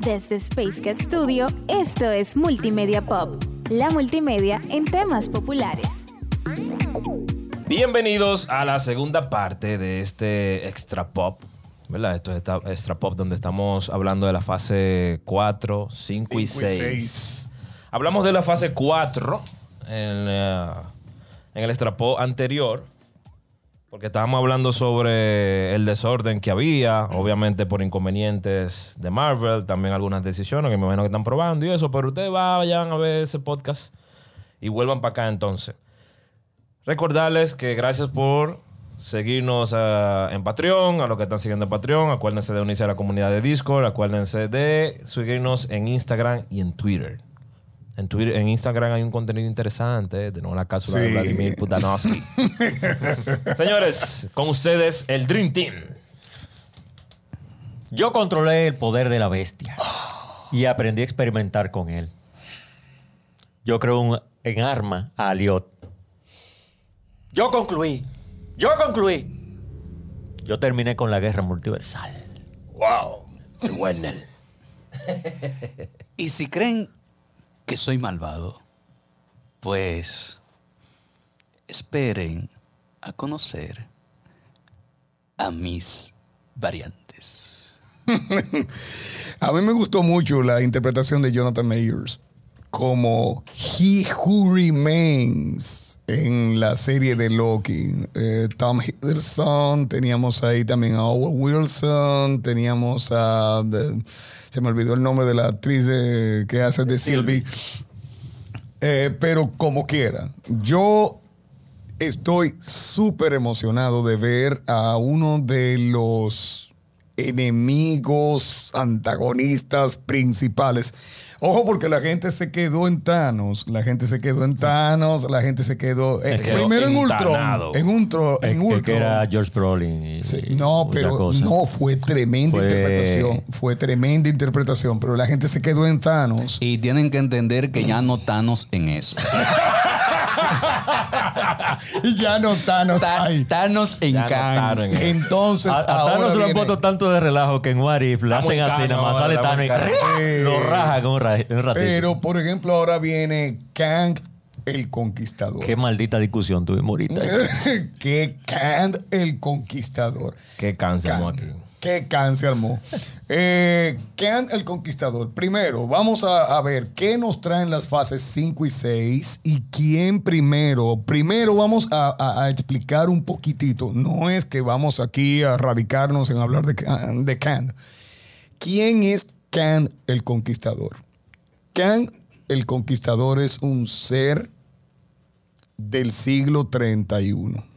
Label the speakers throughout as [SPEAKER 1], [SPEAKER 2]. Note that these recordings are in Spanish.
[SPEAKER 1] Desde Space Cat Studio, esto es Multimedia Pop, la multimedia en temas populares.
[SPEAKER 2] Bienvenidos a la segunda parte de este Extra Pop. ¿Verdad? Esto es esta- Extra Pop donde estamos hablando de la fase 4, 5 y
[SPEAKER 3] Cinco y
[SPEAKER 2] 6. Hablamos de la fase 4 en, la- en el Extra Pop anterior. Porque estábamos hablando sobre el desorden que había, obviamente por inconvenientes de Marvel, también algunas decisiones que me imagino que están probando y eso, pero ustedes vayan a ver ese podcast y vuelvan para acá entonces. Recordarles que gracias por seguirnos ah, en Patreon, a los que están siguiendo en Patreon. Acuérdense de unirse a la comunidad de Discord. Acuérdense de seguirnos en Instagram y en Twitter. En Twitter, en Instagram hay un contenido interesante. eh, Tenemos la cápsula de
[SPEAKER 3] Sí.
[SPEAKER 2] Vladimir Putanovsky. Señores, con ustedes el Dream Team.
[SPEAKER 4] Yo controlé el poder de la bestia y aprendí a experimentar con él. Yo creo un- en arma a Aliot. Yo concluí. Yo concluí. Yo terminé con la guerra multiversal.
[SPEAKER 2] Wow. El Werner.
[SPEAKER 5] Y si creen que soy malvado, pues esperen a conocer a mis variantes.
[SPEAKER 3] A mí me gustó mucho la interpretación de Jonathan Mayers como He Who Remains en la serie de Loki. Eh, Tom Hiddleston, teníamos ahí también a Owen Wilson, teníamos a... eh, se me olvidó el nombre de la actriz de- que hace de Sylvie. Eh, pero como quiera, yo estoy súper emocionado de ver a uno de los enemigos, antagonistas principales. Ojo, porque la gente se quedó en Thanos, la gente se quedó en Thanos, la gente se quedó, eh,
[SPEAKER 2] Se quedó
[SPEAKER 3] primero en
[SPEAKER 2] entanado.
[SPEAKER 3] Ultron, en Ultron,
[SPEAKER 4] El-
[SPEAKER 3] en
[SPEAKER 4] el que era
[SPEAKER 3] Ultron.
[SPEAKER 4] George Brolin. y-
[SPEAKER 3] Sí,
[SPEAKER 4] y
[SPEAKER 3] no,
[SPEAKER 4] otra
[SPEAKER 3] pero
[SPEAKER 4] cosa.
[SPEAKER 3] no fue tremenda
[SPEAKER 4] Fue-
[SPEAKER 3] interpretación, fue tremenda interpretación, pero la gente se quedó en Thanos.
[SPEAKER 5] Y tienen que entender que ya no Thanos en eso.
[SPEAKER 3] Y ya no Thanos.
[SPEAKER 5] Ta-
[SPEAKER 3] ay.
[SPEAKER 5] Thanos en
[SPEAKER 2] Ya no
[SPEAKER 5] Khan.
[SPEAKER 2] Thanos en eso. Ah,
[SPEAKER 3] Entonces,
[SPEAKER 4] A, a
[SPEAKER 3] ahora
[SPEAKER 4] Thanos lo han
[SPEAKER 3] viene-
[SPEAKER 4] puesto tanto de relajo que en What If le hacen así,
[SPEAKER 2] Vulcano,
[SPEAKER 4] nada más sale
[SPEAKER 2] la
[SPEAKER 4] Thanos
[SPEAKER 2] Vulcano.
[SPEAKER 4] y lo raja con un, ra- un ratito.
[SPEAKER 3] Pero, por ejemplo, ahora viene Kang el Conquistador.
[SPEAKER 4] Qué maldita discusión tuvimos ahorita.
[SPEAKER 3] Eh, que Kang el Conquistador.
[SPEAKER 2] Qué cáncer
[SPEAKER 3] Kang.
[SPEAKER 2] aquí.
[SPEAKER 3] Qué cáncer, mo. Eh, Kang el Conquistador. Primero, vamos a, a ver qué nos traen las fases 5 y 6 y quién primero. Primero vamos a, a- a explicar un poquitito. No es que vamos aquí a radicarnos en hablar de Kang. De Kang. ¿Quién es Kang el Conquistador? Kang el Conquistador es un ser del siglo 31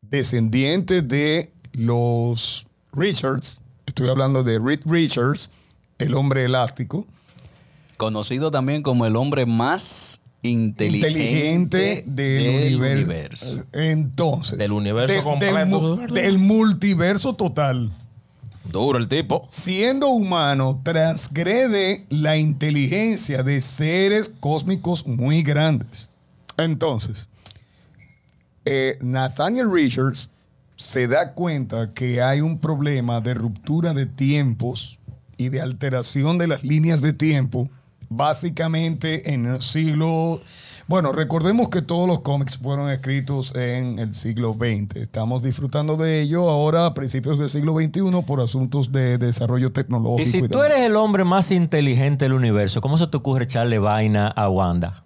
[SPEAKER 3] descendiente de los Richards. Estoy hablando de Reed Richards, el hombre elástico.
[SPEAKER 5] Conocido también como el hombre más inteligente,
[SPEAKER 3] Inteligente, del, univer- Entonces.
[SPEAKER 2] Del universo
[SPEAKER 3] del
[SPEAKER 2] completo.
[SPEAKER 3] mu- Del, multiverso total.
[SPEAKER 2] Duro el tipo.
[SPEAKER 3] Siendo humano, transgrede la inteligencia de seres cósmicos muy grandes. Entonces, eh, Nathaniel Richards se da cuenta que hay un problema de ruptura de tiempos y de alteración de las líneas de tiempo, básicamente en el siglo... Bueno, recordemos que todos los cómics fueron escritos en el siglo XX. Estamos disfrutando de ello ahora a principios del siglo XXI por asuntos de desarrollo tecnológico.
[SPEAKER 4] Y si tú
[SPEAKER 3] demás.
[SPEAKER 4] eres el hombre más inteligente del universo, ¿cómo se te ocurre echarle vaina a Wanda?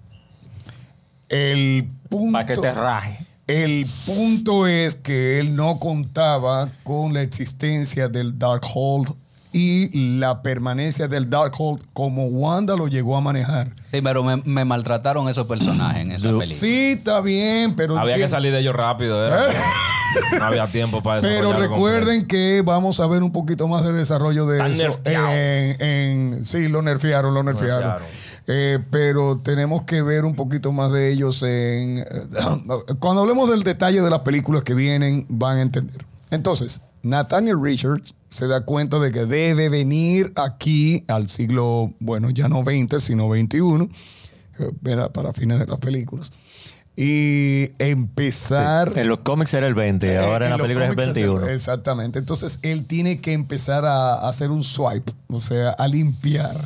[SPEAKER 3] El punto...
[SPEAKER 4] Para que te raje.
[SPEAKER 3] El punto es que él no contaba con la existencia del Darkhold y la permanencia del Darkhold como Wanda lo llegó a manejar.
[SPEAKER 5] Sí, pero me, me maltrataron esos personajes en esa película.
[SPEAKER 3] Sí, está bien, pero
[SPEAKER 2] Había que
[SPEAKER 3] tiene-
[SPEAKER 2] salir de ellos rápido. era. No había tiempo para eso.
[SPEAKER 3] ¿Eh? Pero recuerden que vamos a ver un poquito más de desarollo de
[SPEAKER 2] Están
[SPEAKER 3] eso.
[SPEAKER 2] nerfeados.
[SPEAKER 3] En, en- sí, lo nerfearon, lo nerfearon.
[SPEAKER 2] nerfearon.
[SPEAKER 3] Eh, pero tenemos que ver un poquito más de ellos en. eh, Cuando hablemos del detalle de las películas que vienen, van a entender. Entonces, Nathaniel Richards se da cuenta de que debe venir aquí al siglo, bueno, ya no 20, sino 21, eh, era para fines de las películas y empezar...
[SPEAKER 4] En los cómics era el 20, ahora en, la
[SPEAKER 3] Eh, los
[SPEAKER 4] película es el
[SPEAKER 3] cómics
[SPEAKER 4] 21.
[SPEAKER 3] exactamente. Entonces él tiene que empezar a, a hacer un swipe, o sea, a limpiar.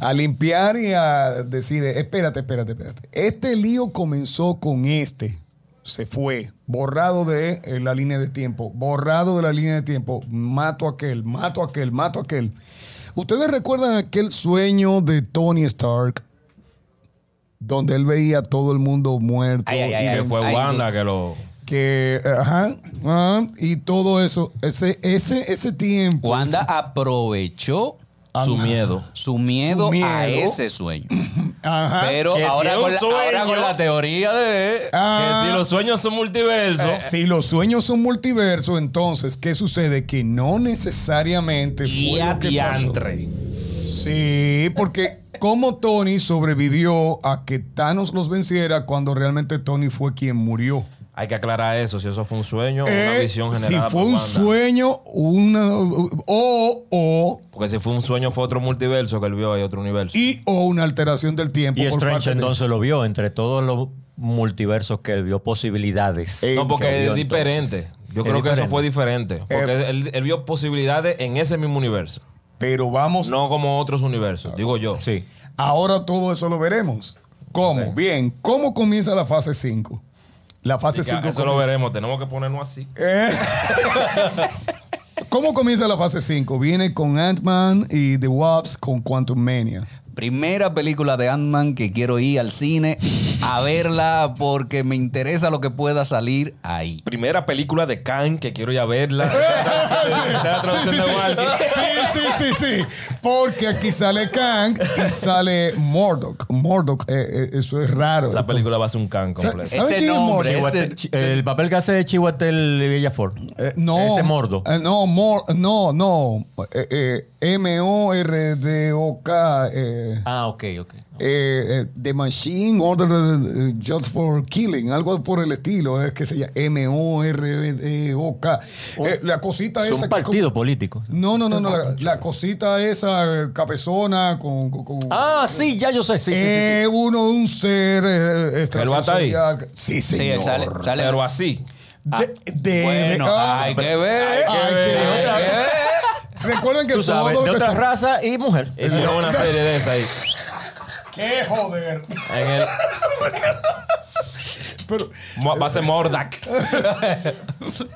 [SPEAKER 3] A limpiar y a decir, eh, espérate, espérate, espérate. Este lío comenzó con este. Se fue, borrado de eh, la línea de tiempo, borrado de la línea de tiempo. Mato a aquel, mato a aquel, mato a aquel. ¿Ustedes recuerdan aquel sueño de Tony Stark? Donde él veía a todo el mundo muerto.
[SPEAKER 6] Ay, ay,
[SPEAKER 3] y
[SPEAKER 6] ay,
[SPEAKER 2] Que fue
[SPEAKER 6] Ay,
[SPEAKER 2] Wanda que lo.
[SPEAKER 3] que ajá, ajá, y todo eso ese ese ese tiempo
[SPEAKER 5] Wanda aprovechó
[SPEAKER 2] Su miedo.
[SPEAKER 5] su miedo,
[SPEAKER 3] Su miedo. Ah,
[SPEAKER 5] a ese sueño.
[SPEAKER 3] ajá,
[SPEAKER 5] Pero
[SPEAKER 2] Que si
[SPEAKER 5] ahora,
[SPEAKER 2] es un
[SPEAKER 5] con la, ahora
[SPEAKER 2] sueño-
[SPEAKER 5] con la teoría de...
[SPEAKER 3] Ah.
[SPEAKER 2] Que si los sueños son multiverso.
[SPEAKER 3] Eh, si los sueños son multiverso entonces qué sucede que no necesariamente
[SPEAKER 2] Y
[SPEAKER 3] fue lo que pasó.
[SPEAKER 2] adiantre.
[SPEAKER 3] sí porque como Tony sobrevivió a que Thanos los venciera cuando realmente Tony fue quien murió
[SPEAKER 2] Hay que aclarar eso, si eso fue un sueño o una
[SPEAKER 3] Eh,
[SPEAKER 2] visión
[SPEAKER 3] si
[SPEAKER 2] generada.
[SPEAKER 3] fue
[SPEAKER 2] por
[SPEAKER 3] un
[SPEAKER 2] Wanda.
[SPEAKER 3] sueño una o o
[SPEAKER 2] Porque si fue un sueño, fue otro multiverso que él vio, hay otro universo.
[SPEAKER 3] y o una alteración del tiempo
[SPEAKER 4] Y
[SPEAKER 3] por parte
[SPEAKER 4] Strange
[SPEAKER 3] de-
[SPEAKER 4] entonces lo vio entre todos los multiversos que él vio, posibilidades.
[SPEAKER 2] no,
[SPEAKER 4] Eh, que
[SPEAKER 2] porque es
[SPEAKER 4] vio
[SPEAKER 2] diferente.
[SPEAKER 4] entonces.
[SPEAKER 2] Yo
[SPEAKER 4] Es
[SPEAKER 2] creo que eso
[SPEAKER 4] diferente.
[SPEAKER 2] fue diferente.
[SPEAKER 3] Eh,
[SPEAKER 2] Porque él, él vio posibilidades en ese mismo universo.
[SPEAKER 3] pero vamos
[SPEAKER 2] No como otros universos,
[SPEAKER 3] Ah.
[SPEAKER 2] digo yo.
[SPEAKER 4] Sí.
[SPEAKER 3] Ahora todo eso lo veremos. ¿Cómo? Bien, ¿cómo comienza la fase 5? La fase
[SPEAKER 2] Así que
[SPEAKER 3] 5
[SPEAKER 2] eso lo veremos, tenemos que ponernos así.
[SPEAKER 3] Eh. ¿Cómo comienza la fase 5? Viene con Ant-Man y The Wasp con Quantum Mania.
[SPEAKER 5] Primera película de Ant-Man que quiero ir al cine a verla porque me interesa lo que pueda salir ahí.
[SPEAKER 2] Primera película de Khan que quiero ya verla. Esa es la traducción de Walkie.
[SPEAKER 3] Sí, sí, sí, sí. Porque aquí sale Kang y sale Mordok. Mordok, eh, eh, eso es raro.
[SPEAKER 2] Esa película va a ser un Khan completo.
[SPEAKER 5] Ese
[SPEAKER 3] quién es
[SPEAKER 5] nombre,
[SPEAKER 3] Mordok?
[SPEAKER 5] ese-
[SPEAKER 4] Chi- El papel que hace Chihuatel Villafort.
[SPEAKER 3] Eh, no.
[SPEAKER 4] Ese mordo.
[SPEAKER 3] Eh, no, mor- no, no. Eh, eh, M-O-R-D-O-K. eh,
[SPEAKER 4] Ah, ok, ok.
[SPEAKER 3] eh, eh, The Machine Order eh, Just for Killing, algo por el estilo, es que se llama M-O-R-D-O-K. E
[SPEAKER 5] Oh,
[SPEAKER 3] Eh, la cosita
[SPEAKER 4] Es
[SPEAKER 3] esa.
[SPEAKER 4] un
[SPEAKER 3] que
[SPEAKER 4] partido político.
[SPEAKER 3] como- no, no, no, no. La, la cosita esa eh, capezona con. con- con-
[SPEAKER 4] Ah, sí, ya yo sé. Sí, sí, sí, sí.
[SPEAKER 3] Eh, uno, un ser eh, extrasensorial. Sí,
[SPEAKER 5] Sí,
[SPEAKER 3] señor.
[SPEAKER 5] él sale, sale-
[SPEAKER 2] Pero así.
[SPEAKER 5] Ah,
[SPEAKER 3] De- de-
[SPEAKER 5] bueno,
[SPEAKER 3] ah,
[SPEAKER 5] hay que ver.
[SPEAKER 3] Ay,
[SPEAKER 5] hay
[SPEAKER 3] que-
[SPEAKER 5] que
[SPEAKER 3] otra-
[SPEAKER 5] ver.
[SPEAKER 3] Recuerden que
[SPEAKER 4] Tú sabes,
[SPEAKER 3] todo
[SPEAKER 4] de
[SPEAKER 3] lo que
[SPEAKER 4] otra
[SPEAKER 3] está-
[SPEAKER 4] raza y mujer.
[SPEAKER 2] Hicieron una serie de esas ahí.
[SPEAKER 3] ¡Qué joder!
[SPEAKER 2] En el,
[SPEAKER 3] Pero,
[SPEAKER 2] Mo- Va a ser Mordak.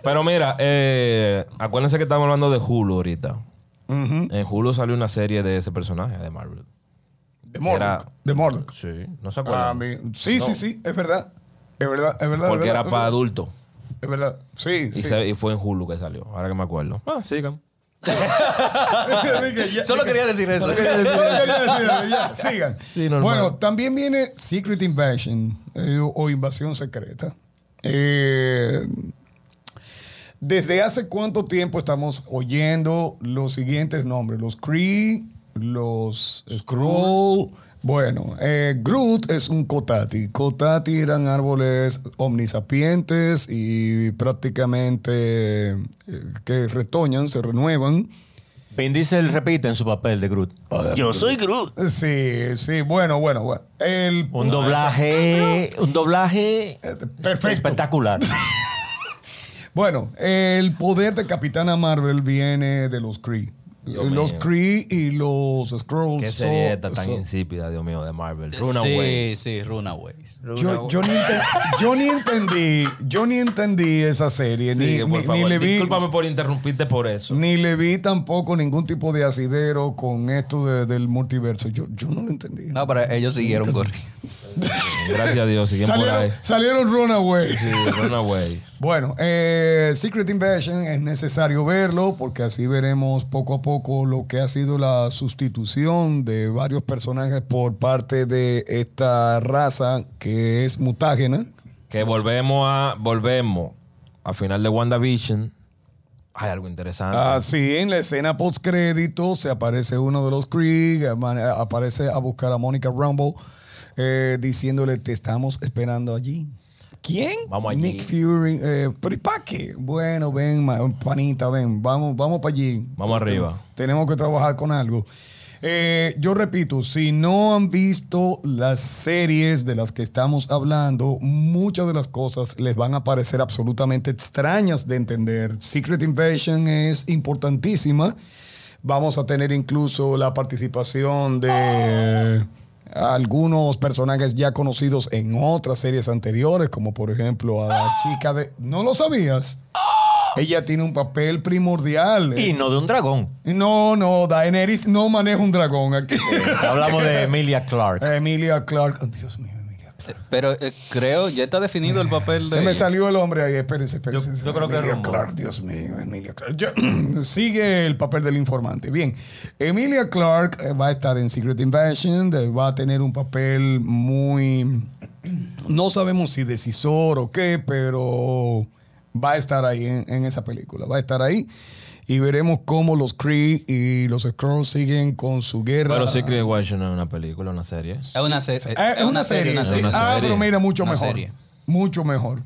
[SPEAKER 2] Pero mira, eh, acuérdense que estamos hablando de Hulu ahorita. En Hulu salió una serie de ese personaje de Marvel.
[SPEAKER 3] de
[SPEAKER 2] Era-
[SPEAKER 3] Mordok. De Mordok.
[SPEAKER 2] Sí, no se
[SPEAKER 3] Ah,
[SPEAKER 2] acuerdan.
[SPEAKER 3] mi- sí, sí, sí, es verdad. Es verdad, es verdad.
[SPEAKER 2] Porque
[SPEAKER 3] es verdad,
[SPEAKER 2] era para adultos.
[SPEAKER 3] Es verdad. Sí,
[SPEAKER 2] Y,
[SPEAKER 3] sí.
[SPEAKER 2] se- y fue en Hulu que salió, ahora que me acuerdo. Ah, sigan.
[SPEAKER 3] Dije, ya-
[SPEAKER 5] Solo
[SPEAKER 3] dije,
[SPEAKER 5] quería decir eso.
[SPEAKER 3] solo quería decir eso, ya, ya, ya, Sigan.
[SPEAKER 2] Sí, normal.
[SPEAKER 3] bueno, también viene Secret Invasion eh, o- o Invasión Secreta. Eh, ¿Desde hace cuánto tiempo estamos oyendo los siguientes nombres? Los Kree, los Skrull. Bueno, eh, Groot es un Kotati. Kotati eran árboles omnisapientes y prácticamente eh, que retoñan, se renuevan.
[SPEAKER 4] Vin Diesel repite en su papel de Groot.
[SPEAKER 6] Yo soy Groot.
[SPEAKER 3] Sí, sí, bueno, bueno, bueno. El,
[SPEAKER 4] Un doblaje. Un doblaje.
[SPEAKER 3] perfecto.
[SPEAKER 4] Espectacular.
[SPEAKER 3] bueno, el poder de Capitana Marvel viene de los Kree. Eh,
[SPEAKER 2] Dios
[SPEAKER 3] los
[SPEAKER 2] mío.
[SPEAKER 3] Kree y los Skrulls.
[SPEAKER 2] Qué serie esta tan insípida, Dios mío, de Marvel. Runaway.
[SPEAKER 5] Sí, sí, Runaways.
[SPEAKER 3] Yo, yo ni enten- yo ni entendí, yo ni entendí esa serie, ni-
[SPEAKER 2] Sigue,
[SPEAKER 3] ni,
[SPEAKER 2] por
[SPEAKER 3] ni
[SPEAKER 2] favor.
[SPEAKER 3] le vi,
[SPEAKER 2] Discúlpame por interrumpirte por eso.
[SPEAKER 3] ni le vi tampoco ningún tipo de asidero con esto de- del multiverso. Yo, yo no lo entendí.
[SPEAKER 5] No, pero ellos siguieron corriendo.
[SPEAKER 2] Gracias a Dios, siguen por
[SPEAKER 3] salieron,
[SPEAKER 2] ahí.
[SPEAKER 3] salieron Runaway.
[SPEAKER 2] Sí, Runaway.
[SPEAKER 3] Bueno, eh, Secret Invasion es necesario verlo porque así veremos poco a poco lo que ha sido la sustitución de varios personajes por parte de esta raza que es mutágena.
[SPEAKER 2] Que volvemos a. Volvemos. Al final de WandaVision. Hay algo interesante.
[SPEAKER 3] Así, en la escena postcrédito se aparece uno de los Krieg, ama- aparece a buscar a Mónica Rambo eh, diciéndole te estamos esperando allí. ¿Quién?
[SPEAKER 2] Vamos allí.
[SPEAKER 3] Nick Fury. eh, ¿Pero y pa' qué? Bueno, ven, ma- panita, ven, vamos, vamos para allí.
[SPEAKER 2] Vamos arriba.
[SPEAKER 3] Tenemos que trabajar con algo. Eh, yo repito, si no han visto las series de las que estamos hablando, muchas de las cosas les van a parecer absolutamente extrañas de entender. Secret Invasion es importantísima. Vamos a tener incluso la participación de algunos personajes ya conocidos en otras series anteriores, como por ejemplo a la chica de... ¿No lo sabías? Ella tiene un papel primordial.
[SPEAKER 4] Y no de un dragón.
[SPEAKER 3] No, no, Daenerys no maneja un dragón aquí.
[SPEAKER 4] Eh, Hablamos de Emilia
[SPEAKER 3] Eh.
[SPEAKER 4] Clark.
[SPEAKER 3] Emilia Clark. Oh, Dios mío, Emilia Clark.
[SPEAKER 5] Pero eh, creo, ya está definido el papel de.
[SPEAKER 3] Se me salió el hombre ahí, espérense, espérense.
[SPEAKER 4] Yo- yo creo que
[SPEAKER 3] Emilia
[SPEAKER 4] rumbo.
[SPEAKER 3] Clark, Dios mío, Emilia Clark. Yo- sigue el papel del informante. Bien, Emilia Clark eh, va a estar en Secret Invasion, de- va a tener un papel muy. No sabemos si decisor o qué, pero va a estar ahí en, en esa película. Va a estar ahí. Y veremos cómo los Kree y los Skrulls siguen con su guerra.
[SPEAKER 2] Pero Secret Invasion no es una película, una serie.
[SPEAKER 5] Es una, se-
[SPEAKER 3] Eh, Es una, serie.
[SPEAKER 5] una
[SPEAKER 3] sí.
[SPEAKER 5] serie.
[SPEAKER 3] Ah,
[SPEAKER 2] serie.
[SPEAKER 3] pero mira, mucho
[SPEAKER 5] Una
[SPEAKER 3] mejor.
[SPEAKER 5] serie.
[SPEAKER 3] Mucho mejor.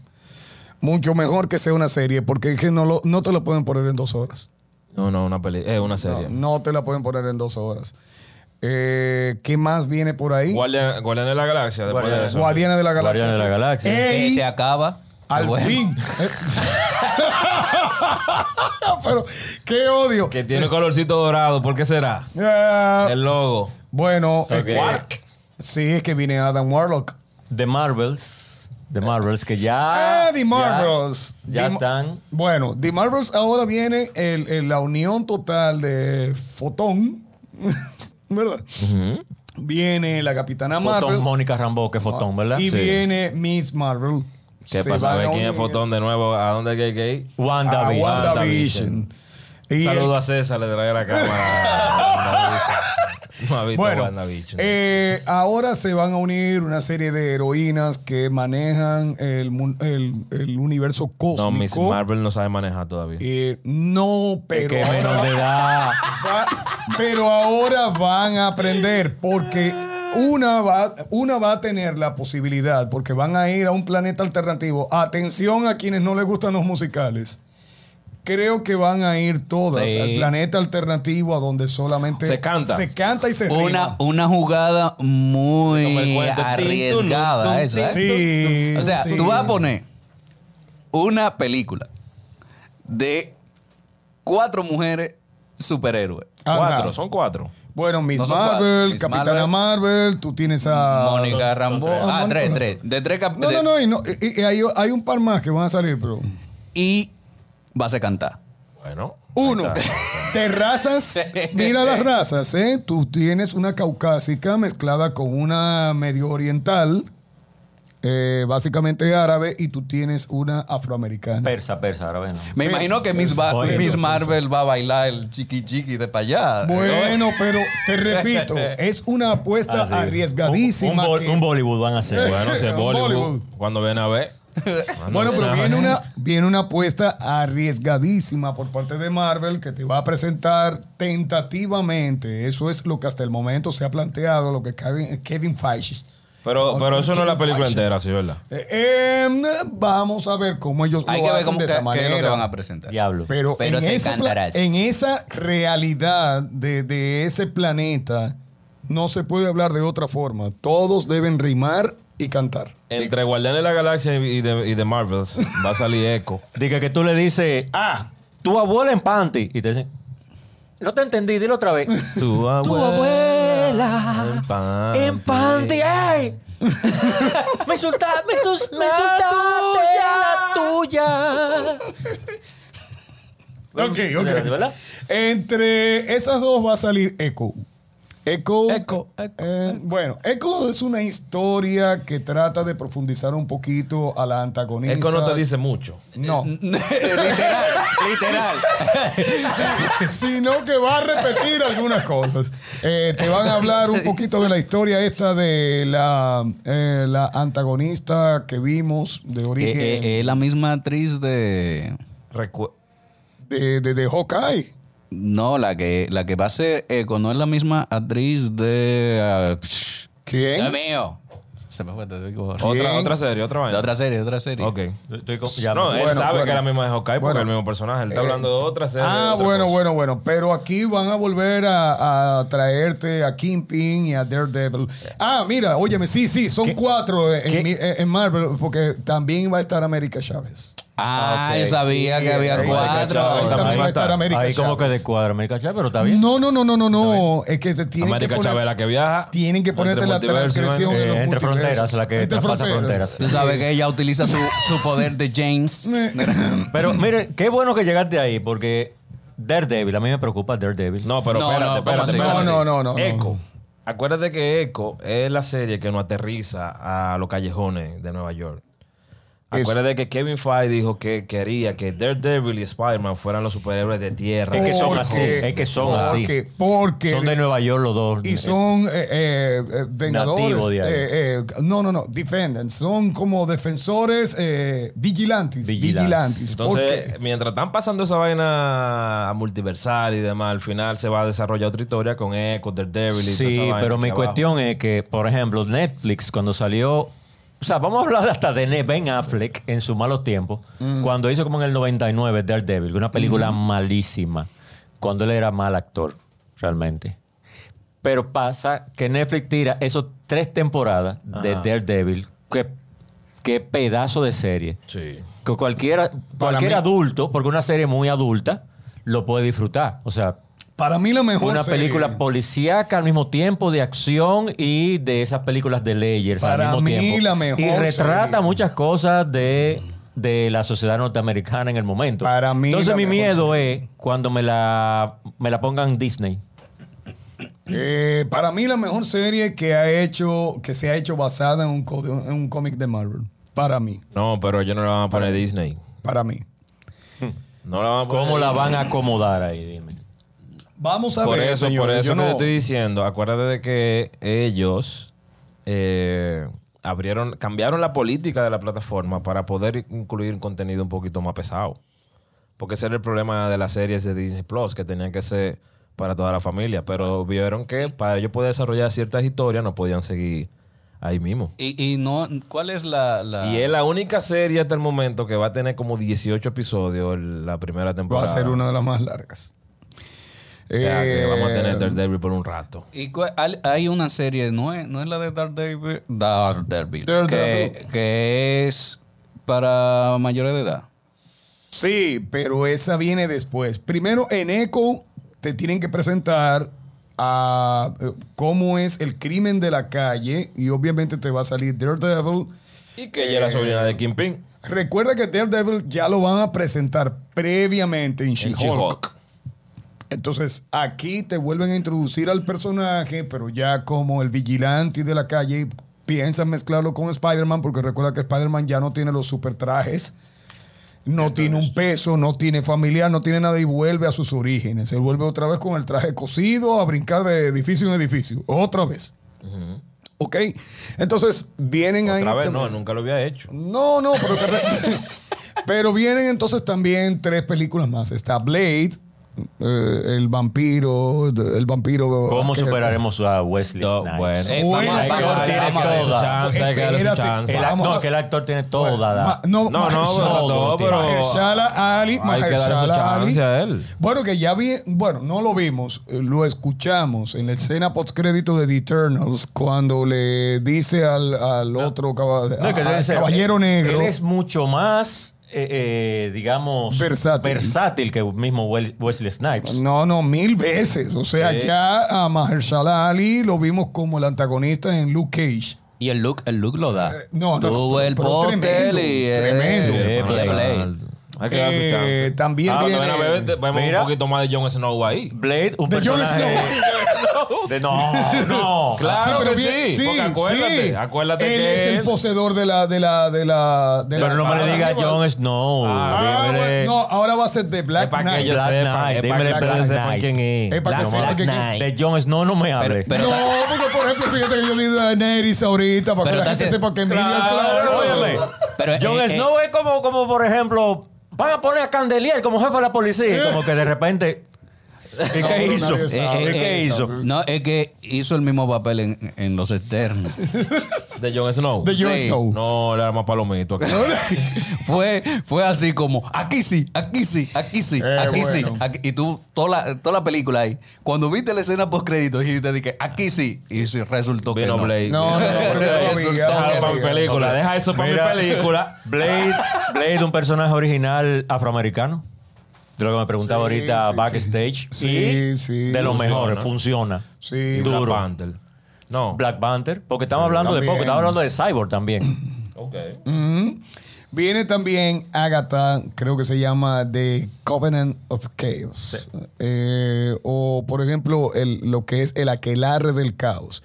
[SPEAKER 3] Mucho mejor que sea una serie, porque es que no, lo- no te la pueden poner en dos horas.
[SPEAKER 2] No, no, una peli, es una
[SPEAKER 3] No,
[SPEAKER 2] serie.
[SPEAKER 3] no te la pueden poner en dos horas. Eh, ¿Qué más viene por ahí?
[SPEAKER 2] Guardian, Guardianes de la Galaxia, después de
[SPEAKER 4] Guardianes.
[SPEAKER 2] eso.
[SPEAKER 3] Guardiana de la Galaxia.
[SPEAKER 4] Guardianes de la Galaxia.
[SPEAKER 5] Que
[SPEAKER 3] Ey,
[SPEAKER 5] se acaba.
[SPEAKER 3] al
[SPEAKER 5] Bueno,
[SPEAKER 3] fin. Eh, pero qué odio.
[SPEAKER 2] Que tiene colorcito dorado, ¿por qué será?
[SPEAKER 3] Ah,
[SPEAKER 2] El logo.
[SPEAKER 3] bueno, es
[SPEAKER 4] Ok.
[SPEAKER 3] que- sí, es que viene Adam Warlock.
[SPEAKER 4] The Marvels. The Marvels, que ya.
[SPEAKER 3] Ah, The
[SPEAKER 4] ya-
[SPEAKER 3] Marvels.
[SPEAKER 4] Ya,
[SPEAKER 3] The Ma-
[SPEAKER 4] están.
[SPEAKER 3] Bueno, The Marvels ahora viene el- el- la unión total de Fotón, ¿verdad? Viene la Capitana
[SPEAKER 4] Fotón,
[SPEAKER 3] Marvel
[SPEAKER 4] Mónica Rambo, que Fotón, ¿verdad?
[SPEAKER 3] y
[SPEAKER 4] Sí.
[SPEAKER 3] viene Miss Marvel.
[SPEAKER 2] ¿Qué
[SPEAKER 3] Se
[SPEAKER 2] pasa? A
[SPEAKER 3] van
[SPEAKER 2] ver
[SPEAKER 3] a
[SPEAKER 2] quién es
[SPEAKER 3] unir
[SPEAKER 2] Fotón de nuevo, a dónde gay gay.
[SPEAKER 3] a
[SPEAKER 4] WandaVision.
[SPEAKER 3] WandaVision. Y el-
[SPEAKER 2] Saludo a César, le trae la cámara. no ha visto
[SPEAKER 3] Bueno,
[SPEAKER 2] WandaVision.
[SPEAKER 3] eh, ahora se van a unir una serie de heroínas que manejan el, mun- el- el universo cósmico.
[SPEAKER 2] no, Miss Marvel no sabe manejar todavía.
[SPEAKER 3] Eh, no, pero
[SPEAKER 4] Que es menor de edad.
[SPEAKER 3] Va- Ah, pero ahora van a aprender porque una va, una va a tener la posibilidad porque van a ir a un planeta alternativo. Atención a quienes no les gustan los musicales. Creo que van a ir todas
[SPEAKER 5] Sí.
[SPEAKER 3] al planeta alternativo a donde solamente
[SPEAKER 2] Se canta.
[SPEAKER 3] se canta y se
[SPEAKER 5] Una,
[SPEAKER 3] rima.
[SPEAKER 5] una jugada
[SPEAKER 2] Como el
[SPEAKER 5] muy
[SPEAKER 2] cuento,
[SPEAKER 5] arriesgada.
[SPEAKER 2] tin, tun,
[SPEAKER 5] esa, ¿eh?
[SPEAKER 3] Sí,
[SPEAKER 5] O sea,
[SPEAKER 3] sí.
[SPEAKER 5] tú vas a poner una película de cuatro mujeres superhéroes.
[SPEAKER 3] Ajá.
[SPEAKER 2] cuatro, son cuatro.
[SPEAKER 3] Bueno, Miss
[SPEAKER 5] No son cuatro.
[SPEAKER 3] Marvel,
[SPEAKER 5] Miss
[SPEAKER 3] Capitana Marvel. tú tienes a
[SPEAKER 5] Mónica Rambo.
[SPEAKER 3] Ah, tres.
[SPEAKER 5] Ah,
[SPEAKER 3] Ah,
[SPEAKER 5] tres,
[SPEAKER 3] Mónica.
[SPEAKER 5] tres. De tres cap-
[SPEAKER 3] No,
[SPEAKER 5] de-
[SPEAKER 3] no, no, y, no- y- y hay, hay un par más que van a salir, pero
[SPEAKER 5] Y vas a cantar.
[SPEAKER 2] Bueno.
[SPEAKER 3] Uno,
[SPEAKER 2] ahí está.
[SPEAKER 3] de razas, mira las razas, ¿eh? Tú tienes una caucásica mezclada con una medio oriental, eh, básicamente árabe, y tú tienes una afroamericana.
[SPEAKER 4] Persa, persa, ahora ven.
[SPEAKER 5] Me imagino que Miss, Ba-
[SPEAKER 4] Oye,
[SPEAKER 5] Miss
[SPEAKER 4] eso,
[SPEAKER 5] Marvel va a bailar el chiqui chiqui de para allá.
[SPEAKER 3] Bueno, pero te repito, es una apuesta
[SPEAKER 4] Ah, sí. Un,
[SPEAKER 3] arriesgadísima.
[SPEAKER 4] un bol-
[SPEAKER 3] que- Eh.
[SPEAKER 4] un Bollywood van a hacer.
[SPEAKER 2] Bueno, si es Bollywood,
[SPEAKER 3] Bollywood.
[SPEAKER 2] cuando viene a ver. Cuando viene
[SPEAKER 3] Bueno, pero
[SPEAKER 2] a
[SPEAKER 3] viene
[SPEAKER 2] ver.
[SPEAKER 3] una, viene una apuesta arriesgadísima por parte de Marvel que te va a presentar tentativamente. Eso es lo que hasta el momento se ha planteado, lo que Kevin, Kevin Feige.
[SPEAKER 2] Pero, pero eso no es la película
[SPEAKER 3] Feige.
[SPEAKER 2] entera, sí, ¿verdad?
[SPEAKER 3] Eh, em, vamos a ver cómo ellos
[SPEAKER 5] Hay
[SPEAKER 3] lo
[SPEAKER 5] que ver
[SPEAKER 3] hacen
[SPEAKER 5] cómo
[SPEAKER 3] de
[SPEAKER 5] que- qué
[SPEAKER 3] esa
[SPEAKER 5] es lo que
[SPEAKER 3] manera.
[SPEAKER 5] van a presentar.
[SPEAKER 4] Diablo.
[SPEAKER 3] Pero,
[SPEAKER 5] Pero
[SPEAKER 3] en,
[SPEAKER 5] se
[SPEAKER 3] ese pla-
[SPEAKER 5] encantarás.
[SPEAKER 3] en esa realidad de, de ese planeta no se puede hablar de otra forma. Todos deben rimar y cantar.
[SPEAKER 2] Entre Guardianes de la Galaxia y de, y de Marvels va a salir Echo.
[SPEAKER 4] Dice que tú le dices, ah, tu abuela en panty. Y te dicen, no te entendí, dilo otra vez.
[SPEAKER 2] Tu
[SPEAKER 4] tu abuela
[SPEAKER 2] en pan.
[SPEAKER 4] en panty. ¡Ay! me insultaste, me, insultaste, la tuya.
[SPEAKER 3] Ok, ok.
[SPEAKER 4] ¿Verdad?
[SPEAKER 3] Entre esas dos va a salir Echo. Echo.
[SPEAKER 2] Echo, Echo,
[SPEAKER 3] eh, Bueno, Echo es una historia que trata de profundizar un poquito a la antagonista.
[SPEAKER 2] Echo no te dice mucho.
[SPEAKER 3] No,
[SPEAKER 5] literal, literal.
[SPEAKER 3] sino que va a repetir algunas cosas. Eh, te van a hablar un poquito de la historia esta de la, eh, la antagonista que vimos de
[SPEAKER 5] Eh,
[SPEAKER 3] origen
[SPEAKER 5] eh, Es la misma actriz de.
[SPEAKER 2] Recu-
[SPEAKER 3] De, de, de Hawkeye.
[SPEAKER 5] No, la que, la que va a eh, ser Echo no es la misma actriz de. ah, psh,
[SPEAKER 3] ¿Quién?
[SPEAKER 5] Dios mío. Se me fue, te digo.
[SPEAKER 2] Otra,
[SPEAKER 3] ¿Quién?
[SPEAKER 2] otra serie, otra
[SPEAKER 5] De
[SPEAKER 2] vaina.
[SPEAKER 5] otra serie, de otra serie.
[SPEAKER 2] Ok.
[SPEAKER 4] Estoy con- ya
[SPEAKER 2] no, eh.
[SPEAKER 4] me-
[SPEAKER 2] él
[SPEAKER 3] Bueno,
[SPEAKER 2] sabe
[SPEAKER 3] bueno.
[SPEAKER 2] que es la misma de Hawkeye porque
[SPEAKER 3] Bueno.
[SPEAKER 2] es el mismo personaje. Él está
[SPEAKER 3] Eh,
[SPEAKER 2] hablando de otra serie. de
[SPEAKER 3] Ah,
[SPEAKER 2] otra
[SPEAKER 3] bueno,
[SPEAKER 2] cosa.
[SPEAKER 3] bueno, bueno. Pero aquí van a volver a, a traerte a Kingpin y a Daredevil. Ah, mira, óyeme, sí, sí, son cuatro en,
[SPEAKER 4] ¿Qué?
[SPEAKER 3] mi- eh, en Marvel, porque también va a estar América Chávez.
[SPEAKER 5] Ah,
[SPEAKER 2] Ah, ok,
[SPEAKER 5] yo sabía
[SPEAKER 2] sí,
[SPEAKER 5] que había
[SPEAKER 2] ahí está,
[SPEAKER 5] cuatro.
[SPEAKER 2] chao, ahí
[SPEAKER 3] también va a
[SPEAKER 2] ahí
[SPEAKER 3] estar América
[SPEAKER 4] Ahí como que
[SPEAKER 3] Chávez.
[SPEAKER 4] de cuadro, América Chávez, pero está bien.
[SPEAKER 3] No, no, no, no, no, no. Es que te tienen
[SPEAKER 2] América
[SPEAKER 3] que poner-
[SPEAKER 2] Chávez, la que viaja.
[SPEAKER 3] Tienen que
[SPEAKER 2] entre
[SPEAKER 3] ponerte la
[SPEAKER 2] multiverso,
[SPEAKER 3] transgresión
[SPEAKER 2] man.
[SPEAKER 3] en los
[SPEAKER 4] Eh, entre
[SPEAKER 3] multiversos.
[SPEAKER 4] fronteras, la que
[SPEAKER 3] Entre
[SPEAKER 4] traspasa fronteras.
[SPEAKER 5] Tú sabes que ella utiliza su, su poder de James.
[SPEAKER 3] Me-
[SPEAKER 4] Pero mire, qué bueno que llegaste ahí, porque Daredevil, a mí me preocupa Daredevil.
[SPEAKER 2] No, pero
[SPEAKER 5] No,
[SPEAKER 2] espérate,
[SPEAKER 5] no, ¿cómo
[SPEAKER 2] espérate,
[SPEAKER 5] así?
[SPEAKER 2] espérate.
[SPEAKER 3] No, no, no, no.
[SPEAKER 2] Echo. Acuérdate que Echo es la serie que nos aterriza a los callejones de Nueva York.
[SPEAKER 3] Eso.
[SPEAKER 2] Acuérdate que Kevin Feige dijo que quería que Daredevil y Spider-Man fueran los superhéroes de tierra.
[SPEAKER 4] Es que son
[SPEAKER 3] Porque-
[SPEAKER 4] así, es que son así.
[SPEAKER 3] porque- Porque
[SPEAKER 4] Son de Nueva York los dos.
[SPEAKER 3] Y son eh, eh, eh,
[SPEAKER 4] Nativo
[SPEAKER 3] vengadores.
[SPEAKER 4] de ahí.
[SPEAKER 3] eh, eh, no, no, no. Defendants. Son como defensores eh, vigilantes.
[SPEAKER 4] Vigilantes.
[SPEAKER 3] Vigilantes.
[SPEAKER 2] Entonces,
[SPEAKER 3] porque
[SPEAKER 2] mientras están pasando esa vaina multiversal y demás, al final se va a desarrollar otra historia con Echo, Daredevil y toda esa
[SPEAKER 4] Sí,
[SPEAKER 2] vaina
[SPEAKER 4] pero
[SPEAKER 2] aquí
[SPEAKER 4] mi
[SPEAKER 2] abajo.
[SPEAKER 4] cuestión es que, por ejemplo, Netflix cuando salió, o sea, vamos a hablar hasta de Ne- Ben Affleck en su malo tiempo, cuando hizo como en el 99 Daredevil, una película malísima, cuando él era mal actor, realmente. Pero pasa que Netflix tira esas tres temporadas de Daredevil, que, qué pedazo de serie.
[SPEAKER 2] Sí.
[SPEAKER 4] Que cualquiera, cualquier
[SPEAKER 3] mí-
[SPEAKER 4] adulto, porque una serie muy adulta, lo puede disfrutar. O sea,
[SPEAKER 3] para mí la mejor
[SPEAKER 4] una
[SPEAKER 3] serie-
[SPEAKER 4] película policíaca al mismo tiempo de acción y de esas películas de Layers
[SPEAKER 3] Para
[SPEAKER 4] al mismo
[SPEAKER 3] mí
[SPEAKER 4] tiempo.
[SPEAKER 3] la mejor
[SPEAKER 4] y retrata
[SPEAKER 3] serie.
[SPEAKER 4] muchas cosas de, de la sociedad norteamericana en el momento.
[SPEAKER 3] Para mí
[SPEAKER 4] Entonces
[SPEAKER 3] la
[SPEAKER 4] mi
[SPEAKER 3] mejor
[SPEAKER 4] miedo es cuando me la, me la pongan Disney.
[SPEAKER 3] Eh, para mí la mejor serie que ha hecho, que se ha hecho basada en un, co- en un cómic de Marvel. Para mí.
[SPEAKER 2] No, pero ellos no la van a poner Disney.
[SPEAKER 3] Para mí.
[SPEAKER 2] No la van a poner
[SPEAKER 4] ¿Cómo la van a acomodar ahí? Dime.
[SPEAKER 3] Vamos a
[SPEAKER 2] Por
[SPEAKER 3] ver.
[SPEAKER 2] eso,
[SPEAKER 3] señor.
[SPEAKER 2] por eso
[SPEAKER 3] Yo
[SPEAKER 2] que
[SPEAKER 3] no-
[SPEAKER 2] te estoy diciendo, acuérdate de que ellos eh, abrieron, cambiaron la política de la plataforma para poder incluir un contenido un poquito más pesado. Porque ese era el problema de las series de Disney Plus, que tenían que ser para toda la familia. Pero vieron que para ellos poder desarrollar ciertas historias no podían seguir ahí mismo.
[SPEAKER 5] Y, y no, ¿cuál es la, la-
[SPEAKER 2] Y es la única serie hasta el momento que va a tener como 18 episodios el- la primera
[SPEAKER 3] Va
[SPEAKER 2] temporada.
[SPEAKER 3] a ser una de las más largas.
[SPEAKER 2] O sea, que
[SPEAKER 3] Eh,
[SPEAKER 2] vamos a tener Daredevil por un rato.
[SPEAKER 5] y cua- al- hay una serie, no es, no es la de Daredevil, Daredevil,
[SPEAKER 3] Daredevil.
[SPEAKER 5] Que, que es para mayores de edad.
[SPEAKER 3] Sí, pero esa viene después. Primero, en ECO te tienen que presentar a eh, cómo es el crimen de la calle y obviamente te va a salir Daredevil.
[SPEAKER 2] Y que
[SPEAKER 3] eh,
[SPEAKER 2] ella es la sobrina de Kingpin.
[SPEAKER 3] Recuerda que Daredevil ya lo van a presentar previamente en
[SPEAKER 2] En
[SPEAKER 3] She-Hulk.
[SPEAKER 2] She-Hulk.
[SPEAKER 3] Entonces, aquí te vuelven a introducir al personaje, pero ya como el vigilante de la calle, y piensan mezclarlo con Spider-Man, porque recuerda que Spider-Man ya no tiene los super trajes, no tiene un peso, no tiene familiar, no tiene nada y vuelve a sus orígenes. Se vuelve otra vez con el traje cosido a brincar de edificio en edificio, otra vez. Ok, entonces vienen ahí.
[SPEAKER 2] Otra vez,
[SPEAKER 3] también-
[SPEAKER 2] no, nunca lo había hecho.
[SPEAKER 3] no, no, pero, te re- pero vienen entonces también tres películas más. Está Blade, eh, El Vampiro, de- El Vampiro...
[SPEAKER 4] ¿Cómo
[SPEAKER 3] aquel-
[SPEAKER 4] superaremos a Wesley
[SPEAKER 2] No,
[SPEAKER 4] Snipes?
[SPEAKER 2] bueno.
[SPEAKER 5] Eh,
[SPEAKER 3] Bueno,
[SPEAKER 5] vamos,
[SPEAKER 3] hay que
[SPEAKER 5] vamos,
[SPEAKER 4] darle
[SPEAKER 5] vamos,
[SPEAKER 4] toda.
[SPEAKER 5] vamos.
[SPEAKER 2] chance, hay que darle su
[SPEAKER 3] Espérate,
[SPEAKER 2] chance.
[SPEAKER 4] El ac-
[SPEAKER 3] Eh, vamos a-
[SPEAKER 4] no, que el actor tiene toda
[SPEAKER 3] Ma-
[SPEAKER 4] la...
[SPEAKER 2] No,
[SPEAKER 3] no,
[SPEAKER 2] no,
[SPEAKER 3] Mahershala-
[SPEAKER 2] pero, no, pero
[SPEAKER 3] Mahershala Ali,
[SPEAKER 2] hay que darle su
[SPEAKER 3] Mahershala Ali.
[SPEAKER 2] chance a él.
[SPEAKER 3] Bueno, que ya vi, bueno, no lo vimos, eh, lo escuchamos en la escena postcrédito de The Eternals cuando le dice al, al otro caba-
[SPEAKER 4] No, que eh,
[SPEAKER 3] a-
[SPEAKER 4] debe
[SPEAKER 3] al
[SPEAKER 4] ser-
[SPEAKER 3] ah, caballero
[SPEAKER 4] él-
[SPEAKER 3] negro.
[SPEAKER 4] Él es mucho más, eh, eh, digamos,
[SPEAKER 3] Versátil.
[SPEAKER 4] versátil que mismo Wel- Wesley Snipes.
[SPEAKER 3] Pues No, no, mil veces. O sea,
[SPEAKER 4] Eh.
[SPEAKER 3] ya a Mahershala Ali lo vimos como el antagonista en Luke Cage.
[SPEAKER 5] Y el look, el look lo da.
[SPEAKER 3] Eh, no, no,
[SPEAKER 5] Tuvo
[SPEAKER 3] pero-
[SPEAKER 5] el
[SPEAKER 3] pero
[SPEAKER 5] póster
[SPEAKER 3] tremendo,
[SPEAKER 5] y es-
[SPEAKER 3] tremendo.
[SPEAKER 5] Sí,
[SPEAKER 4] Eh,
[SPEAKER 5] es
[SPEAKER 2] Bueno,
[SPEAKER 5] Play.
[SPEAKER 2] nada, Hay que darle
[SPEAKER 3] Eh,
[SPEAKER 2] su chance.
[SPEAKER 3] también
[SPEAKER 2] Ah,
[SPEAKER 3] viene-
[SPEAKER 2] bueno, ve- ve- vemos
[SPEAKER 4] Mira.
[SPEAKER 2] un poquito más de Jon Snow ahí.
[SPEAKER 4] Blade, un
[SPEAKER 3] De Jon
[SPEAKER 4] personaje... De- no, no.
[SPEAKER 2] Claro
[SPEAKER 3] Sí,
[SPEAKER 2] que
[SPEAKER 3] Ah, bien-
[SPEAKER 2] sí, porque acuérdate, acuérdate
[SPEAKER 3] él
[SPEAKER 2] que
[SPEAKER 3] es el
[SPEAKER 2] él-
[SPEAKER 3] poseedor de la de la de la de
[SPEAKER 4] Pero
[SPEAKER 3] la-
[SPEAKER 4] no me le
[SPEAKER 3] Ah,
[SPEAKER 4] diga
[SPEAKER 3] bueno.
[SPEAKER 4] Jon Snow.
[SPEAKER 3] Ah,
[SPEAKER 4] dímele-
[SPEAKER 3] bueno, no, ahora va a ser de
[SPEAKER 2] Es
[SPEAKER 3] Black
[SPEAKER 2] para que
[SPEAKER 3] Knight.
[SPEAKER 2] ellos
[SPEAKER 4] Black
[SPEAKER 2] sepan.
[SPEAKER 4] Knight,
[SPEAKER 2] Es para
[SPEAKER 4] dímele
[SPEAKER 2] que
[SPEAKER 4] Black
[SPEAKER 2] ustedes sepan
[SPEAKER 4] Knight.
[SPEAKER 2] quién es.
[SPEAKER 3] Es para que
[SPEAKER 2] Black
[SPEAKER 3] sepan
[SPEAKER 2] Knight.
[SPEAKER 3] quién es.
[SPEAKER 4] De Jon Snow no me hable.
[SPEAKER 5] pero-
[SPEAKER 3] no, porque por ejemplo, fíjate que yo di Daenerys ahorita para que
[SPEAKER 5] Pero
[SPEAKER 3] la
[SPEAKER 5] está
[SPEAKER 3] gente
[SPEAKER 5] haciendo-
[SPEAKER 3] sepa que Emilia
[SPEAKER 2] Claro.
[SPEAKER 3] claro.
[SPEAKER 4] Óyeme,
[SPEAKER 5] Pero, eh,
[SPEAKER 4] Jon
[SPEAKER 5] eh,
[SPEAKER 4] Snow es como, como, por ejemplo, van a poner a Candelier como jefe de la policía. y Como que de repente...
[SPEAKER 2] ¿Y
[SPEAKER 3] No,
[SPEAKER 2] qué
[SPEAKER 3] nadie
[SPEAKER 2] hizo?
[SPEAKER 3] sabe.
[SPEAKER 2] ¿Y qué hizo?
[SPEAKER 5] No, es que hizo el mismo papel en, en los externos.
[SPEAKER 2] De Jon Snow.
[SPEAKER 3] De Jon
[SPEAKER 5] Sí.
[SPEAKER 3] Snow.
[SPEAKER 2] No, le era más palomito aquí.
[SPEAKER 5] fue, fue así como, aquí sí, aquí sí, aquí sí,
[SPEAKER 3] Eh,
[SPEAKER 5] aquí sí.
[SPEAKER 3] bueno.
[SPEAKER 5] aquí-". y tú, toda la, toda la película ahí, cuando viste la escena post-crédito, y te dije, aquí sí, y sí, resultó que
[SPEAKER 2] Vino
[SPEAKER 5] no.
[SPEAKER 2] Blade.
[SPEAKER 3] No, no, no, porque todavía-
[SPEAKER 2] Déjalo para mi
[SPEAKER 3] todavía.
[SPEAKER 2] película. Deja eso para mi
[SPEAKER 4] Mira.
[SPEAKER 2] película.
[SPEAKER 4] Blade, Blade, un personaje original afroamericano. De lo que me preguntaba
[SPEAKER 3] Sí,
[SPEAKER 4] ahorita
[SPEAKER 3] sí,
[SPEAKER 4] backstage.
[SPEAKER 3] sí.
[SPEAKER 4] y
[SPEAKER 3] Sí, sí.
[SPEAKER 4] De lo
[SPEAKER 2] Funciona.
[SPEAKER 4] mejor, funciona.
[SPEAKER 3] Sí,
[SPEAKER 2] Y
[SPEAKER 3] sí.
[SPEAKER 2] Black
[SPEAKER 4] Duro.
[SPEAKER 2] Panther. No.
[SPEAKER 4] Black Panther. Porque estamos hablando de poco,
[SPEAKER 3] También.
[SPEAKER 4] estamos hablando de Cyborg también.
[SPEAKER 2] Ok.
[SPEAKER 3] Ujú. Viene también Agatha, creo que se llama The Covenant of Chaos. Eh, o, por ejemplo, el- lo que es el aquelarre del caos.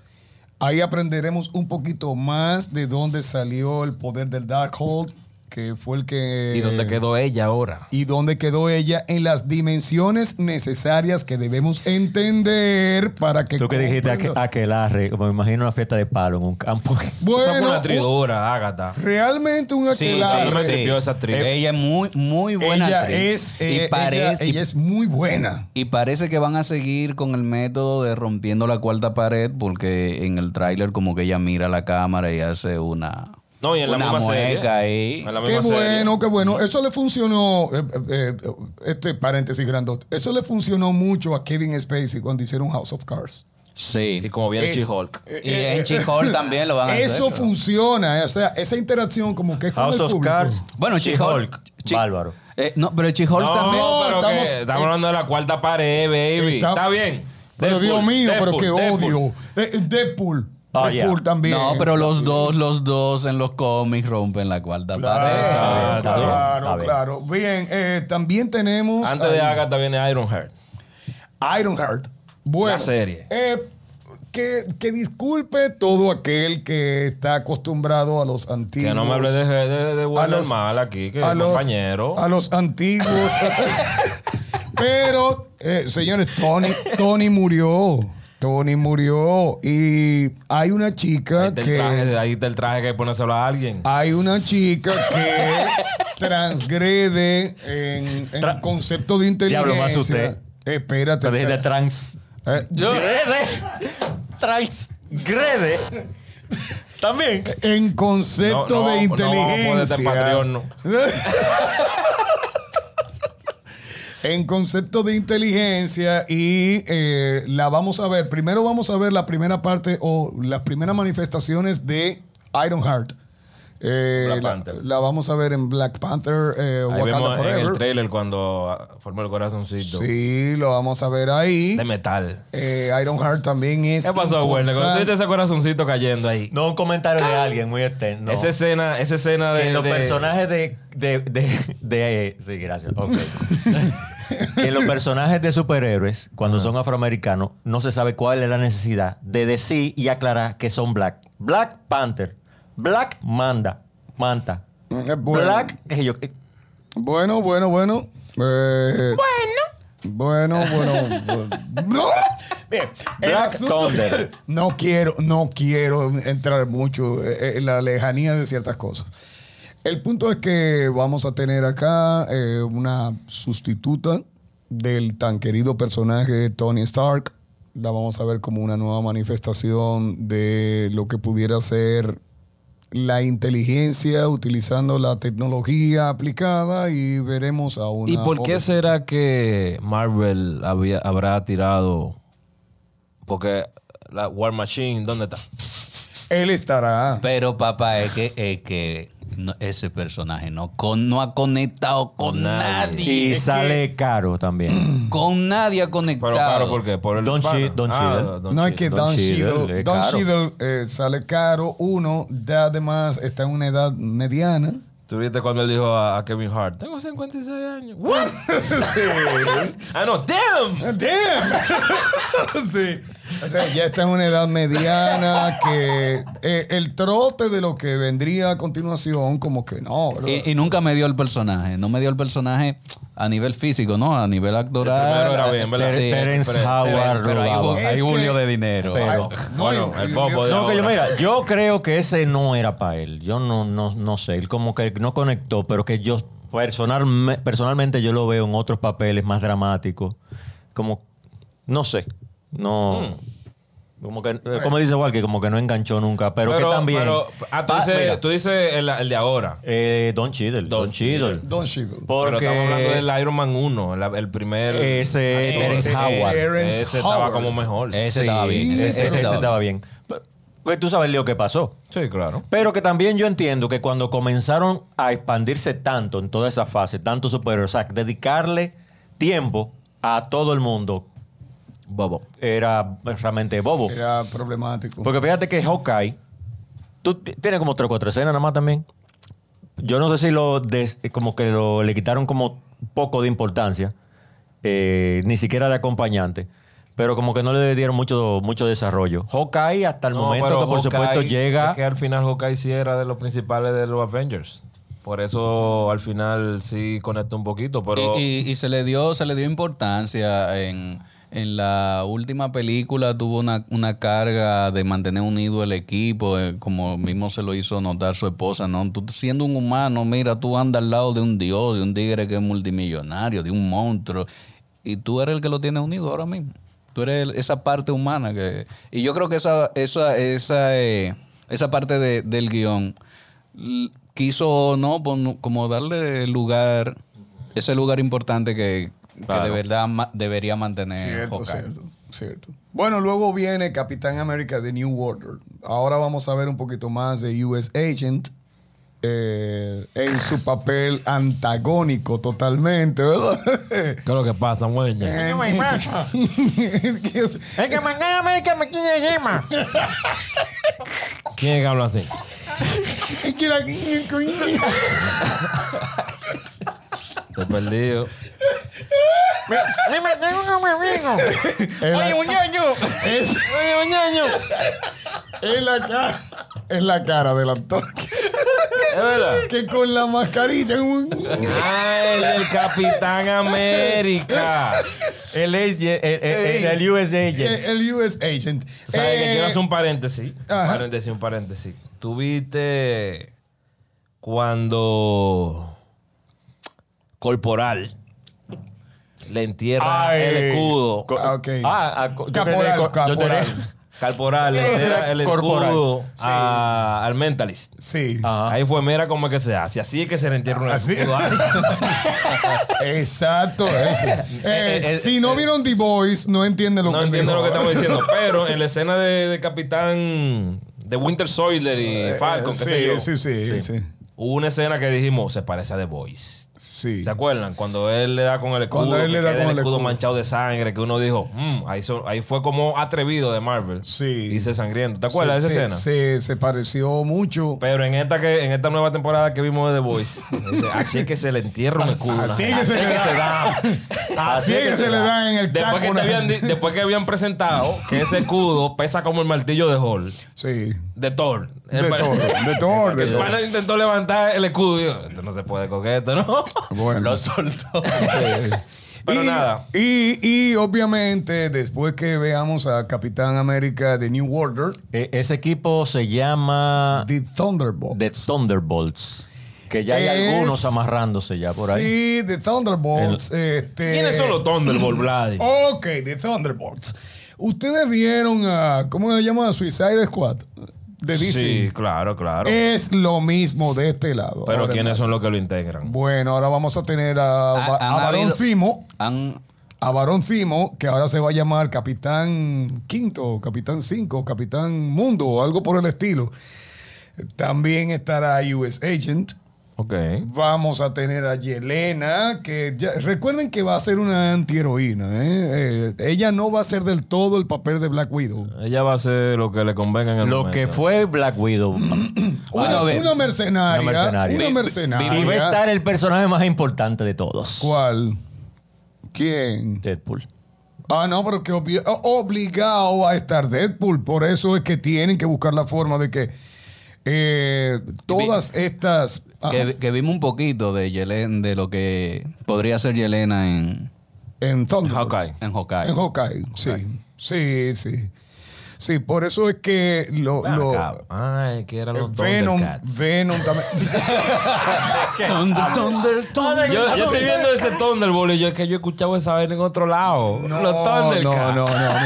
[SPEAKER 3] Ahí aprenderemos un poquito más de dónde salió el poder del Darkhold, que fue el que...
[SPEAKER 2] ¿Y dónde quedó ella ahora?
[SPEAKER 3] y dónde quedó ella en las dimensiones necesarias que debemos entender para que...
[SPEAKER 4] Tú que dijiste aqu-
[SPEAKER 3] comprenda-
[SPEAKER 4] aquelarre, me imagino una fiesta de palo en un campo.
[SPEAKER 2] Esa fue
[SPEAKER 3] Bueno,
[SPEAKER 2] una tridora, Ágata.
[SPEAKER 3] un- realmente un aquelarre.
[SPEAKER 2] sí, me tripió esa actriz.
[SPEAKER 5] Ella es muy, muy buena
[SPEAKER 3] ella
[SPEAKER 5] actriz.
[SPEAKER 3] es eh,
[SPEAKER 5] y, pare-
[SPEAKER 3] ella,
[SPEAKER 5] y-
[SPEAKER 3] ella es muy buena
[SPEAKER 5] y parece que van a seguir con el método de rompiendo la cuarta pared, porque en el tráiler como que ella mira la cámara y hace una,
[SPEAKER 2] No, y en la
[SPEAKER 5] una
[SPEAKER 2] misma serie.
[SPEAKER 5] mueca ahí.
[SPEAKER 2] En la
[SPEAKER 3] qué
[SPEAKER 2] misma serie.
[SPEAKER 3] bueno qué bueno eso le funcionó eh, eh, eh, este paréntesis grandote eso le funcionó mucho a Kevin Spacey cuando hicieron House of Cards
[SPEAKER 5] Sí.
[SPEAKER 2] Y como viene
[SPEAKER 3] Es-
[SPEAKER 2] She-Hulk.
[SPEAKER 5] Y en Chihol también lo van a hacer.
[SPEAKER 3] eso
[SPEAKER 5] pero-
[SPEAKER 3] funciona eh, o sea esa interacción como que es con
[SPEAKER 4] House
[SPEAKER 3] el
[SPEAKER 4] of
[SPEAKER 3] público.
[SPEAKER 4] Cards.
[SPEAKER 5] Bueno, Chihol.
[SPEAKER 4] She-Hulk, bárbaro.
[SPEAKER 5] no, pero Chihol
[SPEAKER 2] No,
[SPEAKER 5] también.
[SPEAKER 2] pero
[SPEAKER 3] estamos- eh,
[SPEAKER 2] que estamos hablando de la cuarta pared, baby.
[SPEAKER 3] Está-
[SPEAKER 2] Está, bien.
[SPEAKER 3] pero
[SPEAKER 2] Deadpool,
[SPEAKER 3] Dios mío
[SPEAKER 2] Deadpool,
[SPEAKER 3] pero qué
[SPEAKER 2] Deadpool.
[SPEAKER 3] odio Eh, Deadpool
[SPEAKER 4] Oh,
[SPEAKER 3] Deadpool
[SPEAKER 4] yeah.
[SPEAKER 3] también
[SPEAKER 5] No, pero los dos, los dos en los cómics rompen la cuarta pared.
[SPEAKER 3] claro,
[SPEAKER 4] Está bien,
[SPEAKER 3] Ah, claro,
[SPEAKER 4] está bien.
[SPEAKER 3] claro. Bien, eh, también tenemos.
[SPEAKER 2] Antes de
[SPEAKER 3] ahí-
[SPEAKER 2] Agatha viene Ironheart.
[SPEAKER 3] Ironheart. Bueno,
[SPEAKER 2] La serie.
[SPEAKER 3] eh, que, que disculpe todo aquel que está acostumbrado a los antiguos.
[SPEAKER 2] Que no me hable de, de, de, de
[SPEAKER 3] a
[SPEAKER 2] Werner
[SPEAKER 3] los-
[SPEAKER 2] Mal aquí, que es
[SPEAKER 3] a los-
[SPEAKER 2] compañero.
[SPEAKER 3] A los antiguos. Pero, eh, señores, Tony, Tony murió. Tony murió. Y hay una chica
[SPEAKER 2] ahí, está el
[SPEAKER 3] que.
[SPEAKER 2] traje, ahí está el traje que hay que ponérselo a alguien.
[SPEAKER 3] Hay una chica que transgrede en, en
[SPEAKER 4] Tra-
[SPEAKER 3] concepto de inteligencia.
[SPEAKER 4] Diablo, más usted.
[SPEAKER 3] Espérate.
[SPEAKER 4] Pero dijiste
[SPEAKER 3] espérate.
[SPEAKER 4] trans.
[SPEAKER 3] Eh,
[SPEAKER 4] Grede. Transgrede. También.
[SPEAKER 3] En concepto
[SPEAKER 2] No, no,
[SPEAKER 3] de
[SPEAKER 2] no vamos a
[SPEAKER 3] inteligencia.
[SPEAKER 2] ponerte Patreon, no.
[SPEAKER 3] en concepto de inteligencia y eh, la vamos a ver. Primero vamos a ver la primera parte o las primeras manifestaciones de Ironheart. Eh,
[SPEAKER 2] Black
[SPEAKER 3] la,
[SPEAKER 2] Panther.
[SPEAKER 3] la vamos a ver en Black Panther, eh,
[SPEAKER 2] Ahí
[SPEAKER 3] Wakanda
[SPEAKER 2] vemos en el
[SPEAKER 3] Forever.
[SPEAKER 2] trailer cuando ah, formó el corazoncito.
[SPEAKER 3] Sí, lo vamos a ver ahí.
[SPEAKER 2] De metal.
[SPEAKER 3] Eh, Ironheart también es.
[SPEAKER 2] ¿Qué pasó, Werner? Cuando
[SPEAKER 3] importante.
[SPEAKER 2] tuviste ese corazoncito cayendo ahí.
[SPEAKER 4] No, un comentario de alguien muy externo.
[SPEAKER 2] Esa escena, esa escena
[SPEAKER 4] que
[SPEAKER 2] de.
[SPEAKER 4] los
[SPEAKER 2] de-
[SPEAKER 4] personajes de, de, de- de- Sí, gracias. ok. que los personajes de superhéroes, cuando son afroamericanos, no se sabe cuál es la necesidad de decir y aclarar que son black. Black Panther. Black Manda. Manta.
[SPEAKER 3] Eh, bueno.
[SPEAKER 4] Black. que yo- eh,
[SPEAKER 3] Bueno, bueno, bueno. Eh, bueno. Bueno, bueno. Bien, el
[SPEAKER 4] Black
[SPEAKER 3] asunto-
[SPEAKER 4] Thunder.
[SPEAKER 3] No quiero, no quiero entrar mucho eh, en la lejanía de ciertas cosas. El punto es que vamos a tener acá eh, una sustituta del tan querido personaje Tony Stark. La vamos a ver como una nueva manifestación de lo que pudiera ser la inteligencia utilizando la tecnología aplicada y veremos a una
[SPEAKER 2] ¿Y por qué
[SPEAKER 3] joven.
[SPEAKER 2] será que Marvel había- habrá tirado? Porque la War Machine, ¿dónde está?
[SPEAKER 3] él estará
[SPEAKER 5] Pero papá, es que, es que no- ese personaje no, con, no ha conectado con nadie.
[SPEAKER 4] Y sale caro también.
[SPEAKER 5] Con nadie ha conectado.
[SPEAKER 2] Pero claro, ¿por qué? Por el
[SPEAKER 4] Don
[SPEAKER 2] pana.
[SPEAKER 4] Cheadle, Don Cheadle.
[SPEAKER 2] Don
[SPEAKER 3] no
[SPEAKER 2] Cheadle.
[SPEAKER 3] es que
[SPEAKER 4] Don
[SPEAKER 3] Don
[SPEAKER 4] Cheadle,
[SPEAKER 3] Cheadle
[SPEAKER 4] es
[SPEAKER 3] Don
[SPEAKER 4] caro.
[SPEAKER 3] Cheadle, eh, sale caro uno ya además está en una edad mediana
[SPEAKER 2] ¿Tú viste cuando él dijo a, a Kevin Hart? Tengo 56 años. ¿What? ah, no, damn.
[SPEAKER 3] Damn. sí. O sea, ya está en una edad mediana que eh, el trote de lo que vendría a continuación como que no bro.
[SPEAKER 5] Y, y nunca me dio el personaje. No me dio el personaje a nivel físico, ¿no? A nivel actoral.
[SPEAKER 2] El primero era bien, ¿verdad?
[SPEAKER 5] Sí,
[SPEAKER 4] Terence
[SPEAKER 2] pero-
[SPEAKER 4] Howard.
[SPEAKER 5] pero ahí
[SPEAKER 4] lo
[SPEAKER 5] hubo-
[SPEAKER 4] daba.
[SPEAKER 5] ahí
[SPEAKER 3] Es
[SPEAKER 5] hubo
[SPEAKER 3] que-
[SPEAKER 5] lío de dinero.
[SPEAKER 4] Pero-
[SPEAKER 3] Ay, no,
[SPEAKER 2] Bueno,
[SPEAKER 3] y-
[SPEAKER 2] el popo de
[SPEAKER 4] No, que yo,
[SPEAKER 2] ahora.
[SPEAKER 4] mira, yo creo que ese no era para él. Yo no, no, no sé. Él como que no conectó, pero que yo personalme- personalmente yo lo veo en otros papeles más dramáticos. Como No sé. No. Como que, eh, como dice Walker, como que no enganchó nunca. Pero, que también.
[SPEAKER 2] Mm. pero, ah, tú
[SPEAKER 4] Pa-
[SPEAKER 2] dices,
[SPEAKER 4] mira,
[SPEAKER 2] tú dices el, el de ahora.
[SPEAKER 4] eh, Don Cheadle.
[SPEAKER 2] Don
[SPEAKER 4] Don, Cheadle.
[SPEAKER 3] Don Shido.
[SPEAKER 2] Pero estamos hablando
[SPEAKER 4] Porque
[SPEAKER 2] del Iron Man 1, el, el primer.
[SPEAKER 4] ese
[SPEAKER 2] actor.
[SPEAKER 4] Terrence Howard.
[SPEAKER 3] Terrence
[SPEAKER 2] Ese estaba
[SPEAKER 3] Howard.
[SPEAKER 2] como mejor.
[SPEAKER 4] Ese
[SPEAKER 5] Sí.
[SPEAKER 4] estaba bien. Ese,
[SPEAKER 5] Sí,
[SPEAKER 4] ese- ese
[SPEAKER 5] sí.
[SPEAKER 4] estaba bien. Pero, pues, tú sabes lo que pasó.
[SPEAKER 2] Sí, claro.
[SPEAKER 4] Pero que también yo entiendo que cuando comenzaron a expandirse tanto en toda esa fase, tanto superhéroes, o sea, dedicarle tiempo a todo el mundo
[SPEAKER 5] Bobo.
[SPEAKER 4] era realmente bobo.
[SPEAKER 3] Era problemático.
[SPEAKER 4] Porque fíjate que Hawkeye, tú t- tienes como tres o cuatro escenas nada más también. Yo no sé si lo des- eh, como que lo, le quitaron como poco de importancia, eh, ni siquiera de acompañante, pero como que no le dieron mucho, mucho desarrollo. Hawkeye hasta el
[SPEAKER 2] No,
[SPEAKER 4] momento
[SPEAKER 2] pero
[SPEAKER 4] que por
[SPEAKER 2] Hawkeye-
[SPEAKER 4] supuesto llega...
[SPEAKER 2] es que al final Hawkeye sí era de los principales de los Avengers. Por eso al final sí conectó un poquito, pero.
[SPEAKER 5] Y, y- y se le dio, se le dio importancia en, en la última película tuvo una, una carga de mantener unido el equipo, eh, como mismo se lo hizo notar su esposa, ¿no? Tú siendo un humano, mira, tú andas al lado de un dios, de un tigre que es multimillonario, de un monstruo, y tú eres el que lo tiene unido ahora mismo. Tú eres el- esa parte humana que... Y yo creo que esa, esa, esa, eh, esa parte de- del guión l- quiso no Pon- como darle lugar ese lugar importante que, que de verdad ma- debería mantener
[SPEAKER 3] Cierto,
[SPEAKER 5] Hawkeye.
[SPEAKER 3] cierto, cierto. Bueno, luego viene Capitán América de New Order. Ahora vamos a ver un poquito más de US Agent eh, en su papel antagónico totalmente, ¿verdad?
[SPEAKER 2] ¿Qué es lo que pasa, güey?
[SPEAKER 6] El que mangá América me quiere yema.
[SPEAKER 2] ¿Quién es que habla así? Te perdido.
[SPEAKER 6] A mí me tengo un amigo.
[SPEAKER 3] Oye,
[SPEAKER 6] muñeño. Oye, muñeño.
[SPEAKER 3] en la cara, en la cara del actor
[SPEAKER 2] Es verdad.
[SPEAKER 3] que con la mascarita es un-
[SPEAKER 2] Ah, el del Capitán América.
[SPEAKER 4] Él es
[SPEAKER 2] eh,
[SPEAKER 4] ye- el, el- el- el US agent.
[SPEAKER 5] Eh,
[SPEAKER 3] el, el US Agent.
[SPEAKER 2] O sea, que
[SPEAKER 3] Eh,
[SPEAKER 2] quiero hacer un paréntesis.
[SPEAKER 3] ajá.
[SPEAKER 2] Un paréntesis, un paréntesis. Tuviste cuando Corporal le entierra
[SPEAKER 4] Ay.
[SPEAKER 2] el escudo.
[SPEAKER 4] Co-
[SPEAKER 3] Ah, ok.
[SPEAKER 4] Ah, ah, co- yo
[SPEAKER 3] Caporal,
[SPEAKER 4] tenía- co- yo tenía-
[SPEAKER 3] caporal.
[SPEAKER 2] Corporal le entierra el
[SPEAKER 4] Corporal.
[SPEAKER 2] escudo a- al Mentalist.
[SPEAKER 3] Sí.
[SPEAKER 4] Ajá.
[SPEAKER 2] Ahí fue, mira cómo es que se hace. Así es que se le entierra un
[SPEAKER 3] Así.
[SPEAKER 2] escudo.
[SPEAKER 3] Exacto, eso. Eh,
[SPEAKER 5] Eh, eh,
[SPEAKER 3] si no vieron The Boys, no entienden lo
[SPEAKER 2] No
[SPEAKER 3] que
[SPEAKER 2] entiendo lo
[SPEAKER 3] digo.
[SPEAKER 2] que estamos diciendo, pero en la escena de, de Capitán de Winter Soldier y Falcon, qué
[SPEAKER 3] Eh, sí,
[SPEAKER 2] sé yo,
[SPEAKER 3] sí, sí, sí.
[SPEAKER 2] hubo una escena que dijimos, se parece a The Voice.
[SPEAKER 3] Sí.
[SPEAKER 2] ¿Se acuerdan? Cuando él le da con el escudo,
[SPEAKER 3] Cuando él le
[SPEAKER 2] que
[SPEAKER 3] da
[SPEAKER 2] queda
[SPEAKER 3] con
[SPEAKER 2] el
[SPEAKER 3] el
[SPEAKER 2] escudo
[SPEAKER 3] escudo.
[SPEAKER 2] manchado de sangre, que uno dijo, "Mm, ahí, so- ahí fue como atrevido de Marvel.
[SPEAKER 3] Sí.
[SPEAKER 2] Dice sangriento. ¿Te acuerdas
[SPEAKER 3] se,
[SPEAKER 2] de esa escena?
[SPEAKER 3] se- Se, se pareció mucho.
[SPEAKER 2] Pero en esta que en esta nueva temporada que vimos de The Voice, dice, así es que se le entierra un escudo.
[SPEAKER 3] así
[SPEAKER 2] ¿no?
[SPEAKER 3] que se le
[SPEAKER 2] da.
[SPEAKER 3] Así es que se le da en el
[SPEAKER 2] después
[SPEAKER 3] casco
[SPEAKER 2] que, te
[SPEAKER 3] una-
[SPEAKER 2] habían, di- después que habían presentado que ese escudo pesa como el martillo de Hall,
[SPEAKER 3] Sí.
[SPEAKER 2] de Thor. El
[SPEAKER 3] De
[SPEAKER 2] pa-
[SPEAKER 3] Thor, de Thor, de
[SPEAKER 2] El
[SPEAKER 3] Thor.
[SPEAKER 2] pana intentó levantar el escudo. y yo, Esto no se puede con esto, ¿no?
[SPEAKER 3] Bueno.
[SPEAKER 5] Lo soltó.
[SPEAKER 2] Pero
[SPEAKER 3] y,
[SPEAKER 2] nada.
[SPEAKER 3] Y, y obviamente, después que veamos a Capitán América de New Order,
[SPEAKER 4] E- ese equipo se
[SPEAKER 2] Ah.
[SPEAKER 4] llama
[SPEAKER 3] The Thunderbolt.
[SPEAKER 4] The Thunderbolts. Que ya hay
[SPEAKER 3] Es-
[SPEAKER 4] algunos amarrándose ya por ahí.
[SPEAKER 3] Sí, The Thunderbolts. este-
[SPEAKER 2] ¿Quiénes son los Thunderbolt, Vladi?
[SPEAKER 3] Ok, The Thunderbolts. Ustedes vieron a. ¿Cómo se llama? Suicide Squad. De DC.
[SPEAKER 2] Sí, claro, claro.
[SPEAKER 3] Es lo mismo de este lado.
[SPEAKER 2] Pero
[SPEAKER 3] Ahora,
[SPEAKER 2] ¿quiénes son los que lo integran?
[SPEAKER 3] Bueno, ahora vamos a tener a,
[SPEAKER 5] Ha-
[SPEAKER 3] a
[SPEAKER 5] han
[SPEAKER 3] Barón
[SPEAKER 5] habido-
[SPEAKER 3] Simo.
[SPEAKER 5] Han-
[SPEAKER 3] a Barón Fimo, que ahora se va a llamar Capitán Quinto, Capitán Cinco, Capitán Mundo, o algo por el estilo. También estará US Agent.
[SPEAKER 2] Ok.
[SPEAKER 3] Vamos a tener a Yelena, que ya- recuerden que va a ser una antiheroína. ¿eh? Eh, ella no va a ser del todo el papel de Black Widow.
[SPEAKER 2] Ella va a hacer lo que le convenga en el
[SPEAKER 4] Lo
[SPEAKER 2] momento.
[SPEAKER 4] que fue Black Widow.
[SPEAKER 5] Bueno,
[SPEAKER 3] Una,
[SPEAKER 5] a ver.
[SPEAKER 3] una mercenaria.
[SPEAKER 4] Una
[SPEAKER 3] Una
[SPEAKER 4] mercenaria.
[SPEAKER 3] mercenaria.
[SPEAKER 4] Vi- y va a estar el personaje más importante de todos.
[SPEAKER 3] ¿Cuál? ¿Quién?
[SPEAKER 4] Deadpool.
[SPEAKER 3] Ah, no, pero que obvi- o- obligado a estar Deadpool. Por eso es que tienen que buscar la forma de que eh, todas estas. ah, Ajá.
[SPEAKER 5] que, que vimos un poquito de Yelen, de lo que podría ser Yelena en,
[SPEAKER 3] en Thunderbolts.
[SPEAKER 2] Hawkeye.
[SPEAKER 5] en Hawkeye.
[SPEAKER 3] En Hawkeye, sí. Sí, sí. Sí, por eso es que lo.
[SPEAKER 2] Ven
[SPEAKER 3] lo-
[SPEAKER 2] acá. Ay, que eran los
[SPEAKER 3] Venom,
[SPEAKER 2] Thundercats.
[SPEAKER 3] Venom también. Ah,
[SPEAKER 5] Thunder, thunder, thunder.
[SPEAKER 2] Yo, yo estoy viendo ese Thunderbolt y yo es que yo he escuchado esa vaina en otro lado.
[SPEAKER 3] No,
[SPEAKER 2] los Thundercats.
[SPEAKER 3] No, no, no, no.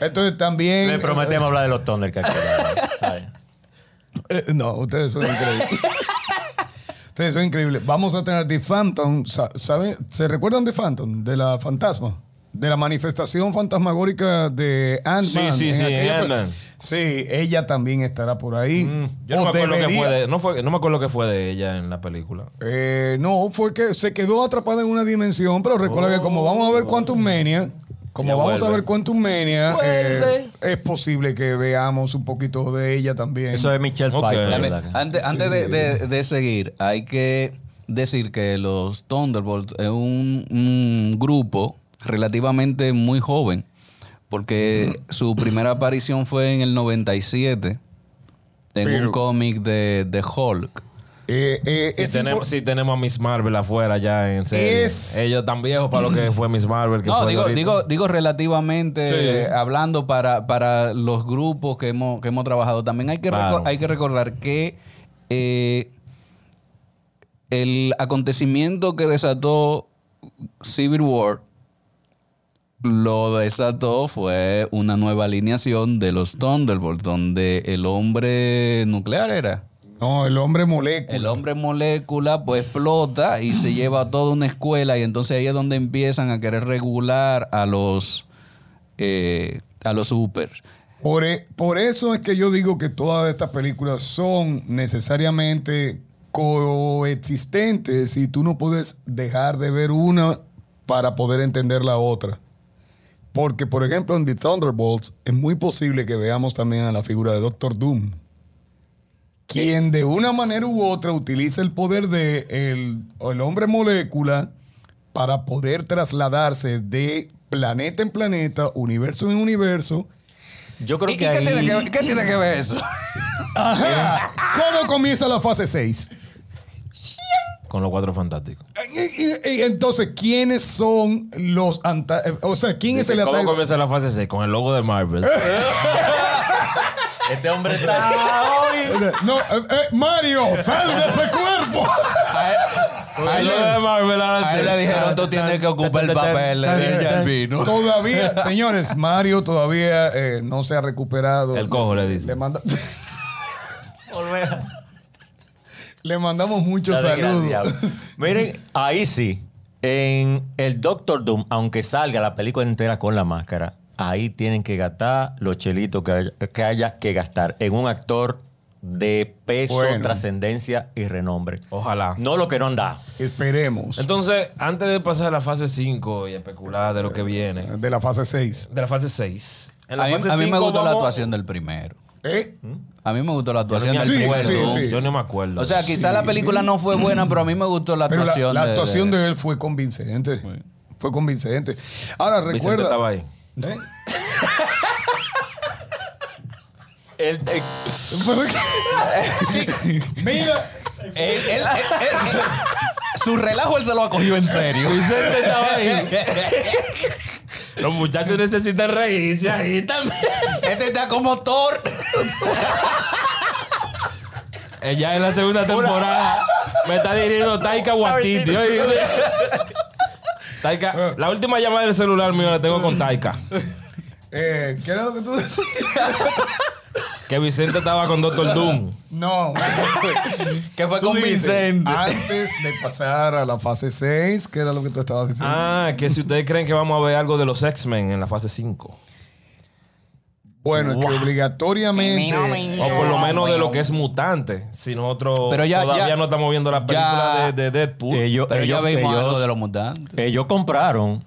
[SPEAKER 3] Entonces también.
[SPEAKER 4] Le prometemos hablar de los Thundercats. Ay.
[SPEAKER 3] Eh, no, ustedes son increíbles. ustedes son increíbles. Vamos a tener The Phantom. Sa- ¿sabe? ¿Se recuerdan de Phantom? De la fantasma. De la manifestación fantasmagórica de Ant-Man.
[SPEAKER 2] Sí, sí,
[SPEAKER 3] en
[SPEAKER 2] sí,
[SPEAKER 3] aquella
[SPEAKER 2] en
[SPEAKER 3] pe-
[SPEAKER 2] Ant-Man.
[SPEAKER 3] Sí, ella también estará por ahí.
[SPEAKER 2] Mm. Yo no
[SPEAKER 3] O
[SPEAKER 2] me acuerdo qué
[SPEAKER 3] debería-
[SPEAKER 2] fue de, no, fue, no me acuerdo qué fue de ella en la película.
[SPEAKER 3] Eh, no, fue que se quedó atrapada en una dimensión, pero recuerda que como vamos a ver Quantum Mania, como
[SPEAKER 2] Ella
[SPEAKER 3] vamos a
[SPEAKER 2] vuelve.
[SPEAKER 3] ver Quantum Mania, eh, es posible que veamos un poquito de ella también.
[SPEAKER 4] Eso es Michelle
[SPEAKER 2] Ok.
[SPEAKER 4] Pfeiffer,
[SPEAKER 5] Dame,
[SPEAKER 4] ¿verdad?
[SPEAKER 5] Antes, antes de, de- de seguir, hay que decir que los Thunderbolts es un, un grupo relativamente muy joven, porque su primera aparición fue en el 97, en
[SPEAKER 3] Pero-
[SPEAKER 5] un cómic de, de Hulk.
[SPEAKER 3] Eh, eh,
[SPEAKER 2] Si
[SPEAKER 3] es
[SPEAKER 2] tenemos,
[SPEAKER 3] impor-
[SPEAKER 2] si tenemos a Miss Marvel afuera ya en serie.
[SPEAKER 3] Es-
[SPEAKER 2] Ellos tan viejos para lo que fue Miss Marvel. Que
[SPEAKER 5] No,
[SPEAKER 2] fue
[SPEAKER 5] digo,
[SPEAKER 2] ahorita.
[SPEAKER 5] digo, digo relativamente
[SPEAKER 2] Sí.
[SPEAKER 5] eh, hablando para, para los grupos que hemos, que hemos trabajado. También hay que,
[SPEAKER 2] Claro.
[SPEAKER 5] recor- hay que recordar que eh, el acontecimiento que desató Civil War lo desató fue una nueva alineación de los Thunderbolts, donde el hombre nuclear era.
[SPEAKER 3] No, el hombre molécula.
[SPEAKER 5] El hombre molécula pues explota y se lleva a toda una escuela y entonces ahí es donde empiezan a querer regular a los eh, a los super.
[SPEAKER 3] Por, e- por eso es que yo digo que todas estas películas son necesariamente coexistentes y tú no puedes dejar de ver una para poder entender la otra. Porque, por ejemplo, en The Thunderbolts es muy posible que veamos también a la figura de Doctor Doom. Quien de una manera u otra utiliza el poder de el, o el hombre molécula para poder trasladarse de planeta en planeta, universo en universo,
[SPEAKER 4] Yo creo que ahí...
[SPEAKER 5] ver eso?
[SPEAKER 3] Ajá. ¿Cómo comienza la fase 6?
[SPEAKER 2] Con los cuatro fantásticos.
[SPEAKER 3] Entonces, ¿quiénes son los anta- eh, O sea, ¿quién es
[SPEAKER 2] Dice,
[SPEAKER 3] el
[SPEAKER 2] ¿Cómo
[SPEAKER 3] ataque?
[SPEAKER 2] comienza la fase 6? Con el logo de Marvel.
[SPEAKER 4] Este hombre está...
[SPEAKER 3] No, eh, eh, Mario, sal de ese cuerpo.
[SPEAKER 2] Con
[SPEAKER 5] A
[SPEAKER 2] el
[SPEAKER 5] él
[SPEAKER 2] logo de
[SPEAKER 5] le-
[SPEAKER 2] Marvel.
[SPEAKER 5] a él le dijeron, tú tienes que ocupar el papel, eh". le dije, ya el vino.
[SPEAKER 3] Todavía, señores, Mario todavía eh, no se ha recuperado.
[SPEAKER 2] El cojo le dice.
[SPEAKER 3] Le, manda- le mandamos muchos
[SPEAKER 4] Está
[SPEAKER 3] saludos.
[SPEAKER 4] desgraciado. Miren, ahí sí. En el Doctor Doom, aunque salga la película entera con la máscara, ahí tienen que gastar los chelitos que haya que, haya que gastar en un actor de peso,
[SPEAKER 3] Bueno.
[SPEAKER 4] trascendencia y renombre.
[SPEAKER 2] Ojalá.
[SPEAKER 4] No lo que no han dado.
[SPEAKER 3] Esperemos.
[SPEAKER 2] Entonces, antes de pasar a la fase 5 y especular de lo que viene,
[SPEAKER 3] De la fase 6.
[SPEAKER 2] de la fase 6. En la
[SPEAKER 5] A mí,
[SPEAKER 2] fase
[SPEAKER 5] a mí me
[SPEAKER 2] cinco
[SPEAKER 5] gustó la
[SPEAKER 2] vamos-
[SPEAKER 5] actuación del primero.
[SPEAKER 3] ¿Eh?
[SPEAKER 5] A mí me gustó la
[SPEAKER 2] Yo
[SPEAKER 5] actuación
[SPEAKER 2] ni me
[SPEAKER 5] del
[SPEAKER 3] Sí,
[SPEAKER 2] acuerdo.
[SPEAKER 5] primero.
[SPEAKER 3] sí, sí.
[SPEAKER 2] Yo no me acuerdo.
[SPEAKER 5] O sea, quizá la película no fue buena, pero a mí me gustó la
[SPEAKER 3] Pero la,
[SPEAKER 5] actuación.
[SPEAKER 3] la
[SPEAKER 5] de-
[SPEAKER 3] actuación de, él fue convincente. Fue convincente. Ahora,
[SPEAKER 2] Vicente
[SPEAKER 3] recuerda.
[SPEAKER 2] estaba ahí.
[SPEAKER 3] ¿Eh?
[SPEAKER 4] El- eh, el-
[SPEAKER 3] Mira,
[SPEAKER 5] Él- él- él- él- él- eh, su relajo él se lo ha cogido en serio.
[SPEAKER 2] Vicente estaba ahí. Los muchachos necesitan reírse ahí también.
[SPEAKER 5] Este está como Thor.
[SPEAKER 2] Ella en la segunda temporada me está dirigiendo Taika Waititi. ¿oíste? Taika, la última llamada del celular mío la tengo con Taika.
[SPEAKER 3] eh, ¿qué era lo que tú decías?
[SPEAKER 2] Que Vicente estaba con Doctor Doom.
[SPEAKER 3] No.
[SPEAKER 5] Que fue
[SPEAKER 3] Tú ah,
[SPEAKER 5] con
[SPEAKER 3] dijiste,
[SPEAKER 5] Vicente.
[SPEAKER 3] Antes de pasar a la fase 6, ¿qué era lo que tú estabas diciendo?
[SPEAKER 2] Ah, que si ustedes creen que vamos a ver algo de los X-Men en la fase 5.
[SPEAKER 3] bueno, es que obligatoriamente.
[SPEAKER 2] O por lo menos de lo que es mutante. Si nosotros
[SPEAKER 5] Pero ya-
[SPEAKER 2] todavía
[SPEAKER 5] ya-
[SPEAKER 2] no estamos viendo la película
[SPEAKER 5] ya- Eh,
[SPEAKER 2] de, de Deadpool.
[SPEAKER 4] ellos,
[SPEAKER 5] Pero ya
[SPEAKER 4] ellos-
[SPEAKER 5] vimos
[SPEAKER 4] ellos-
[SPEAKER 5] algo de los mutantes.
[SPEAKER 4] ellos eh, compraron.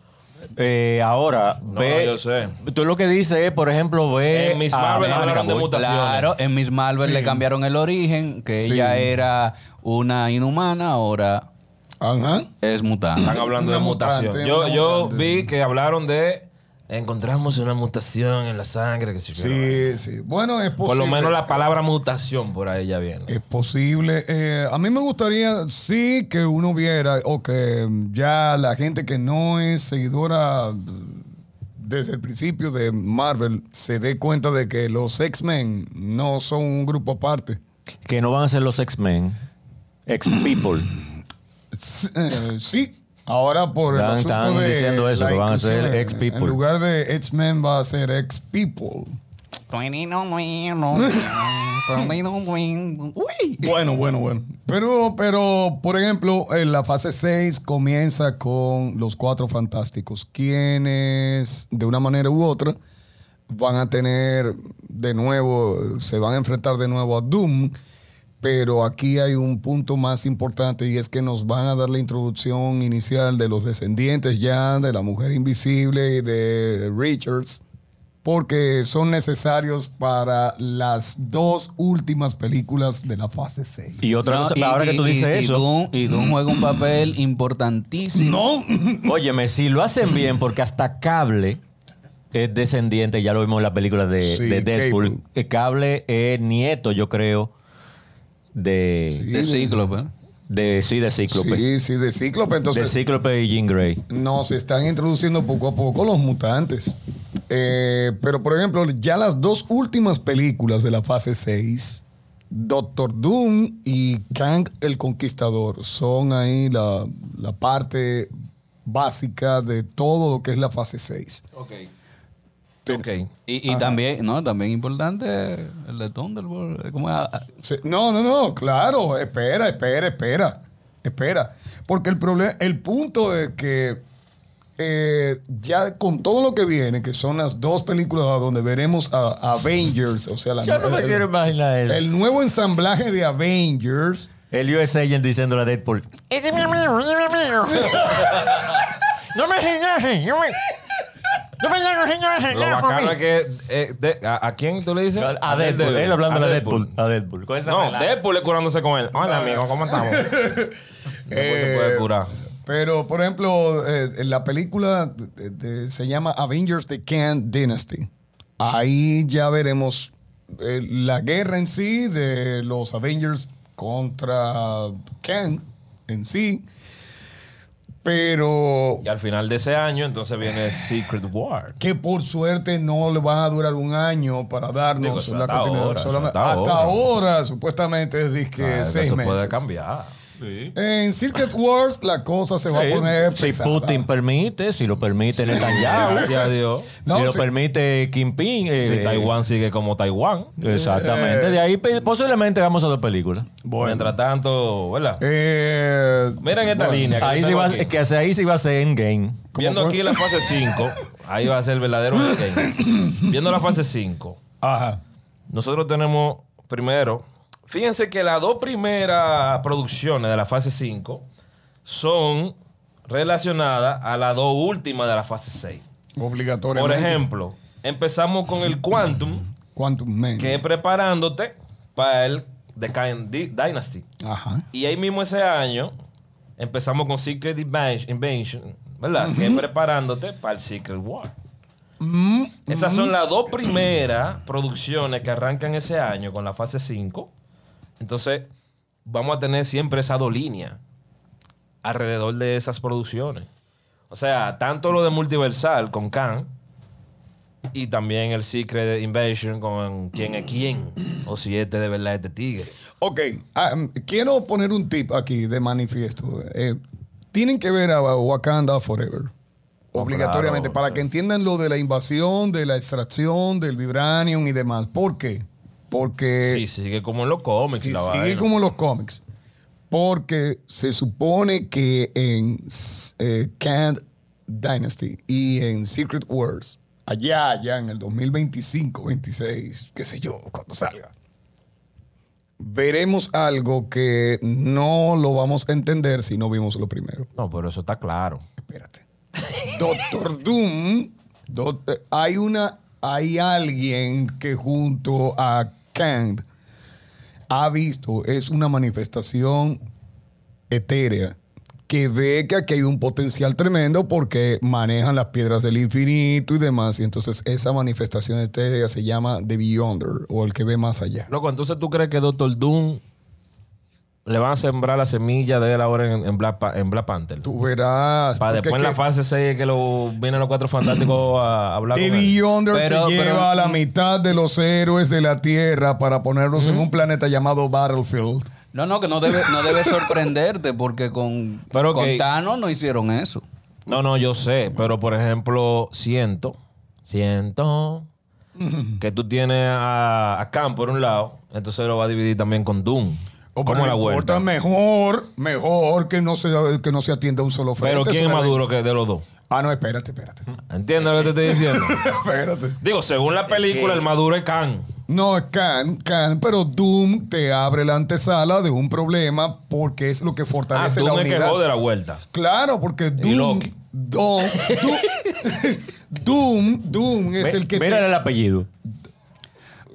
[SPEAKER 4] eh, ahora,
[SPEAKER 2] No,
[SPEAKER 4] ve-
[SPEAKER 2] yo sé.
[SPEAKER 4] Tú lo que dices es, por ejemplo, ve.
[SPEAKER 2] En Miss
[SPEAKER 4] a
[SPEAKER 2] Marvel
[SPEAKER 4] América
[SPEAKER 2] hablaron de
[SPEAKER 4] Boy.
[SPEAKER 2] mutaciones.
[SPEAKER 5] Claro, en Miss Marvel le cambiaron el origen, que
[SPEAKER 3] Sí.
[SPEAKER 5] ella era una inhumana, ahora
[SPEAKER 3] Oh, Ajá.
[SPEAKER 5] es mutante.
[SPEAKER 2] Están hablando
[SPEAKER 3] Una
[SPEAKER 2] de mutación.
[SPEAKER 3] mutante,
[SPEAKER 2] yo
[SPEAKER 3] una
[SPEAKER 2] yo
[SPEAKER 3] mutante.
[SPEAKER 2] vi que hablaron de encontramos una mutación en la sangre. Que se
[SPEAKER 3] Sí, sí. Bueno, es posible.
[SPEAKER 2] Por lo menos la palabra mutación por ahí ya viene.
[SPEAKER 3] Es posible. Eh, a mí me gustaría, sí, que uno viera, o que ya la gente que no es seguidora desde el principio de Marvel se dé cuenta de que los X-Men no son un grupo aparte.
[SPEAKER 4] Que no van a ser los X-Men. X-People.
[SPEAKER 3] S- eh, sí, ahora por el
[SPEAKER 4] Están-
[SPEAKER 3] asunto
[SPEAKER 4] están
[SPEAKER 3] de
[SPEAKER 4] diciendo eso,
[SPEAKER 3] la
[SPEAKER 4] que van a ser
[SPEAKER 3] inclusión,
[SPEAKER 4] ex-people.
[SPEAKER 3] En lugar de X-Men va a ser X-People.
[SPEAKER 5] Uy.
[SPEAKER 3] Bueno, bueno, bueno. Pero, pero, por ejemplo, en la fase 6 comienza con los cuatro fantásticos, quienes, de una manera u otra, van a tener de nuevo, se van a enfrentar de nuevo a Doom. Pero aquí hay un punto más importante y es que nos van a dar la introducción inicial de los descendientes ya, de la mujer invisible y de Richards, porque son necesarios para las dos últimas películas de la fase 6.
[SPEAKER 4] Y otra
[SPEAKER 5] No,
[SPEAKER 4] cosa,
[SPEAKER 5] y-
[SPEAKER 4] ahora que
[SPEAKER 5] y-
[SPEAKER 4] tú
[SPEAKER 5] y-
[SPEAKER 4] dices
[SPEAKER 5] y
[SPEAKER 4] eso,
[SPEAKER 5] Doom- Y Doom juega un papel importantísimo.
[SPEAKER 4] óyeme, si lo hacen bien, porque hasta Cable es descendiente, ya lo vimos en la película de,
[SPEAKER 3] Sí,
[SPEAKER 4] de Deadpool.
[SPEAKER 3] Cable.
[SPEAKER 4] que Cable es nieto, yo creo, de... Sí,
[SPEAKER 5] De Cíclope.
[SPEAKER 4] de, sí, de Cíclope.
[SPEAKER 3] Sí, sí, de Cíclope.
[SPEAKER 4] de
[SPEAKER 3] Entonces,
[SPEAKER 4] Cíclope y Jean Grey.
[SPEAKER 3] nos están introduciendo poco a poco los mutantes. Eh, pero, por ejemplo, ya las dos últimas películas de la fase 6, Doctor Doom y Kang el Conquistador, son ahí la, la parte básica de todo lo que es la fase 6.
[SPEAKER 2] Ok.
[SPEAKER 3] Este,
[SPEAKER 5] Y, y también, no, también importante el de Thunderbolt. ¿Cómo es? Ah,
[SPEAKER 3] Se- No, no, no, claro, espera, espera, espera, espera. Porque el problema, el punto es que eh, ya con todo lo que viene, que son las dos películas a donde veremos a, a Avengers, o sea, la
[SPEAKER 4] Yo no me
[SPEAKER 3] el-
[SPEAKER 4] quiero imaginar eso.
[SPEAKER 3] el nuevo ensamblaje de Avengers.
[SPEAKER 4] El US Agent diciendo a Deadpool,
[SPEAKER 6] Ese es mi amigo, ese es mi amigo. No me señores, no me... No me llames señores,
[SPEAKER 2] Lo
[SPEAKER 6] nada for
[SPEAKER 2] bacano
[SPEAKER 6] me.
[SPEAKER 2] es que. eh, de- a, a quién tú le dices?
[SPEAKER 4] a, a Deadpool, él hablando a Deadpool. A Deadpool. Con esa
[SPEAKER 2] No,
[SPEAKER 4] relata.
[SPEAKER 2] Deadpool es curándose con él. Hola, amigo, ¿cómo estamos? Deadpool se puede curar.
[SPEAKER 3] Eh, Pero, por ejemplo, eh, la película de- de- se llama Avengers The Kang Dynasty. Ahí ya veremos eh, la guerra en sí de los Avengers contra Kang en sí. Pero
[SPEAKER 2] Y al final de ese año, entonces viene Secret War.
[SPEAKER 3] que por suerte no le van a durar un año para darnos
[SPEAKER 2] Digo, eso
[SPEAKER 3] la
[SPEAKER 2] hasta
[SPEAKER 3] continuidad.
[SPEAKER 2] ahora, eso
[SPEAKER 3] Solamente-
[SPEAKER 2] hasta
[SPEAKER 3] hasta
[SPEAKER 2] ahora.
[SPEAKER 3] ahora, supuestamente, es disque
[SPEAKER 2] Ah,
[SPEAKER 3] seis
[SPEAKER 2] eso
[SPEAKER 3] meses.
[SPEAKER 2] puede cambiar.
[SPEAKER 3] En Circuit Wars la cosa se va a poner
[SPEAKER 4] Si
[SPEAKER 3] pesada.
[SPEAKER 4] Putin permite, si lo permite Netanyahu,
[SPEAKER 2] Gracias a Dios.
[SPEAKER 3] No,
[SPEAKER 4] si lo
[SPEAKER 3] sí.
[SPEAKER 4] permite eh, Kimping.
[SPEAKER 2] Si Taiwán sigue como Taiwán.
[SPEAKER 4] Exactamente. De ahí pe- posiblemente vamos a dos películas.
[SPEAKER 2] Mientras tanto, ¿verdad?
[SPEAKER 3] Eh,
[SPEAKER 2] Miren esta línea. que
[SPEAKER 4] Ahí
[SPEAKER 2] yo
[SPEAKER 4] sí
[SPEAKER 2] tengo
[SPEAKER 4] va,
[SPEAKER 2] aquí.
[SPEAKER 4] que hacia ahí sí va a ser Endgame.
[SPEAKER 2] Viendo aquí la fase 5, ahí va a ser el verdadero Endgame. Viendo la fase 5,
[SPEAKER 3] Ajá.
[SPEAKER 2] nosotros tenemos primero. Fíjense que las dos primeras producciones de la fase 5 son relacionadas a las dos últimas de la fase 6. Por
[SPEAKER 3] Obligatoriamente.
[SPEAKER 2] ejemplo, empezamos con el Quantum,
[SPEAKER 3] Quantum Man.
[SPEAKER 2] que es preparándote para el The Kind Di- Dynasty.
[SPEAKER 3] Ajá.
[SPEAKER 2] Y ahí mismo ese año empezamos con Secret Invasion- Invasion, ¿verdad? Que es preparándote para el Secret War. Esas son las dos primeras producciones que arrancan ese año con la fase 5. Entonces, vamos a tener siempre esa dos líneas alrededor de esas producciones. O sea, tanto lo de Multiversal con Khan y también el Secret Invasion con quién es quién o si este de verdad es este tigre.
[SPEAKER 3] Ok. ah, mm, quiero poner un tip aquí de manifiesto. Eh, tienen que ver a Wakanda Forever.
[SPEAKER 2] Oh,
[SPEAKER 3] Obligatoriamente.
[SPEAKER 2] claro,
[SPEAKER 3] para
[SPEAKER 2] sí.
[SPEAKER 3] que entiendan lo de la invasión, de la extracción, del vibranium y demás. ¿Por qué? Porque.
[SPEAKER 2] Sí, sigue como en los cómics
[SPEAKER 3] Sí,
[SPEAKER 2] la
[SPEAKER 3] sigue
[SPEAKER 2] vaina.
[SPEAKER 3] como los cómics. Porque se supone que en eh, Kang Dynasty y en Secret Wars, allá, allá en el 2025, 26, qué sé yo, cuando salga, veremos algo que no lo vamos a entender si no vimos lo primero.
[SPEAKER 2] No, pero eso está claro.
[SPEAKER 3] Espérate. Doctor Doom, doc- eh, hay una, hay alguien que junto a Kang ha visto, es una manifestación etérea que ve que aquí hay un potencial tremendo porque manejan las piedras del infinito y demás. Y entonces esa manifestación etérea se llama The Beyonder o el que ve más allá.
[SPEAKER 2] Loco, entonces tú crees que Doctor Doom le van a sembrar la semilla de él ahora en, en Black, Pa- en Black Panther.
[SPEAKER 3] Tú verás.
[SPEAKER 2] Para
[SPEAKER 3] porque
[SPEAKER 2] después en
[SPEAKER 3] es
[SPEAKER 2] la
[SPEAKER 3] que
[SPEAKER 2] fase 6 que lo, vienen los cuatro fantásticos a, a hablar con
[SPEAKER 3] The
[SPEAKER 2] él. mm.
[SPEAKER 3] Beyonder
[SPEAKER 5] Pero-
[SPEAKER 3] se lleva
[SPEAKER 5] pero-
[SPEAKER 3] a la mitad de los héroes de la Tierra para ponerlos en un planeta llamado Battlefield.
[SPEAKER 5] No, no, que no debe, no debe sorprenderte porque con,
[SPEAKER 2] Pero
[SPEAKER 5] con
[SPEAKER 2] que-
[SPEAKER 5] Thanos no hicieron eso.
[SPEAKER 2] No, no, yo sé, pero por ejemplo, siento, siento que tú tienes a, a Khan por un lado, entonces lo va a dividir también con Doom.
[SPEAKER 3] O
[SPEAKER 2] ¿Cómo la vuelta?
[SPEAKER 3] mejor, mejor que no se, que no se atienda a un solo frente.
[SPEAKER 2] Pero
[SPEAKER 3] Eso
[SPEAKER 2] ¿quién es
[SPEAKER 3] me
[SPEAKER 2] más
[SPEAKER 3] da-
[SPEAKER 2] duro que de los dos?
[SPEAKER 3] Ah, no, espérate, espérate.
[SPEAKER 2] ¿Entiendes lo que te estoy diciendo?
[SPEAKER 3] espérate.
[SPEAKER 2] Digo, según la película, el maduro es Khan.
[SPEAKER 3] No, can, can, pero Doom te abre la antesala de un problema porque es lo que
[SPEAKER 2] Ah,
[SPEAKER 3] fortalece la
[SPEAKER 2] Doom es que
[SPEAKER 3] unidad.
[SPEAKER 2] jode la vuelta.
[SPEAKER 3] Claro, porque Doom,
[SPEAKER 2] Loki.
[SPEAKER 3] Doom, Doom, Doom es el que te-
[SPEAKER 4] Mira el apellido.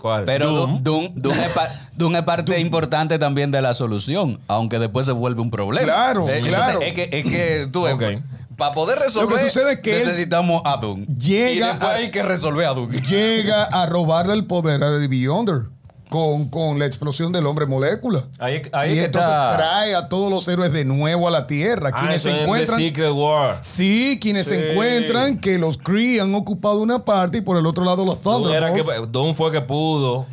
[SPEAKER 2] ¿Cuál?
[SPEAKER 5] Pero Doom, Doom, Doom es, pa- Doom es parte importante también de la solución, aunque después se vuelve un problema. Eh,
[SPEAKER 3] Claro, claro.
[SPEAKER 5] Entonces, es que, es que tú ves,
[SPEAKER 2] Ok.
[SPEAKER 5] para poder resolver,
[SPEAKER 3] sucede es que él
[SPEAKER 5] necesitamos a Doom.
[SPEAKER 3] llega
[SPEAKER 5] y después
[SPEAKER 3] a-
[SPEAKER 5] hay que resolver a Doom.
[SPEAKER 3] llega a robarle el poder a The Beyonder con, con la explosión del hombre molécula.
[SPEAKER 4] Ahí- ahí
[SPEAKER 3] y
[SPEAKER 4] que
[SPEAKER 3] entonces
[SPEAKER 4] está.
[SPEAKER 3] trae a todos los héroes de nuevo a la Tierra.
[SPEAKER 2] ah,
[SPEAKER 3] quienes
[SPEAKER 2] eso
[SPEAKER 3] se
[SPEAKER 2] es en The
[SPEAKER 3] encuentran...
[SPEAKER 2] Secret War.
[SPEAKER 3] Sí, quienes
[SPEAKER 2] Sí.
[SPEAKER 3] se encuentran que los Kree han ocupado una parte y por el otro lado los
[SPEAKER 2] Doom, era que-
[SPEAKER 3] Thunderbolts.
[SPEAKER 2] Doom fue que pudo.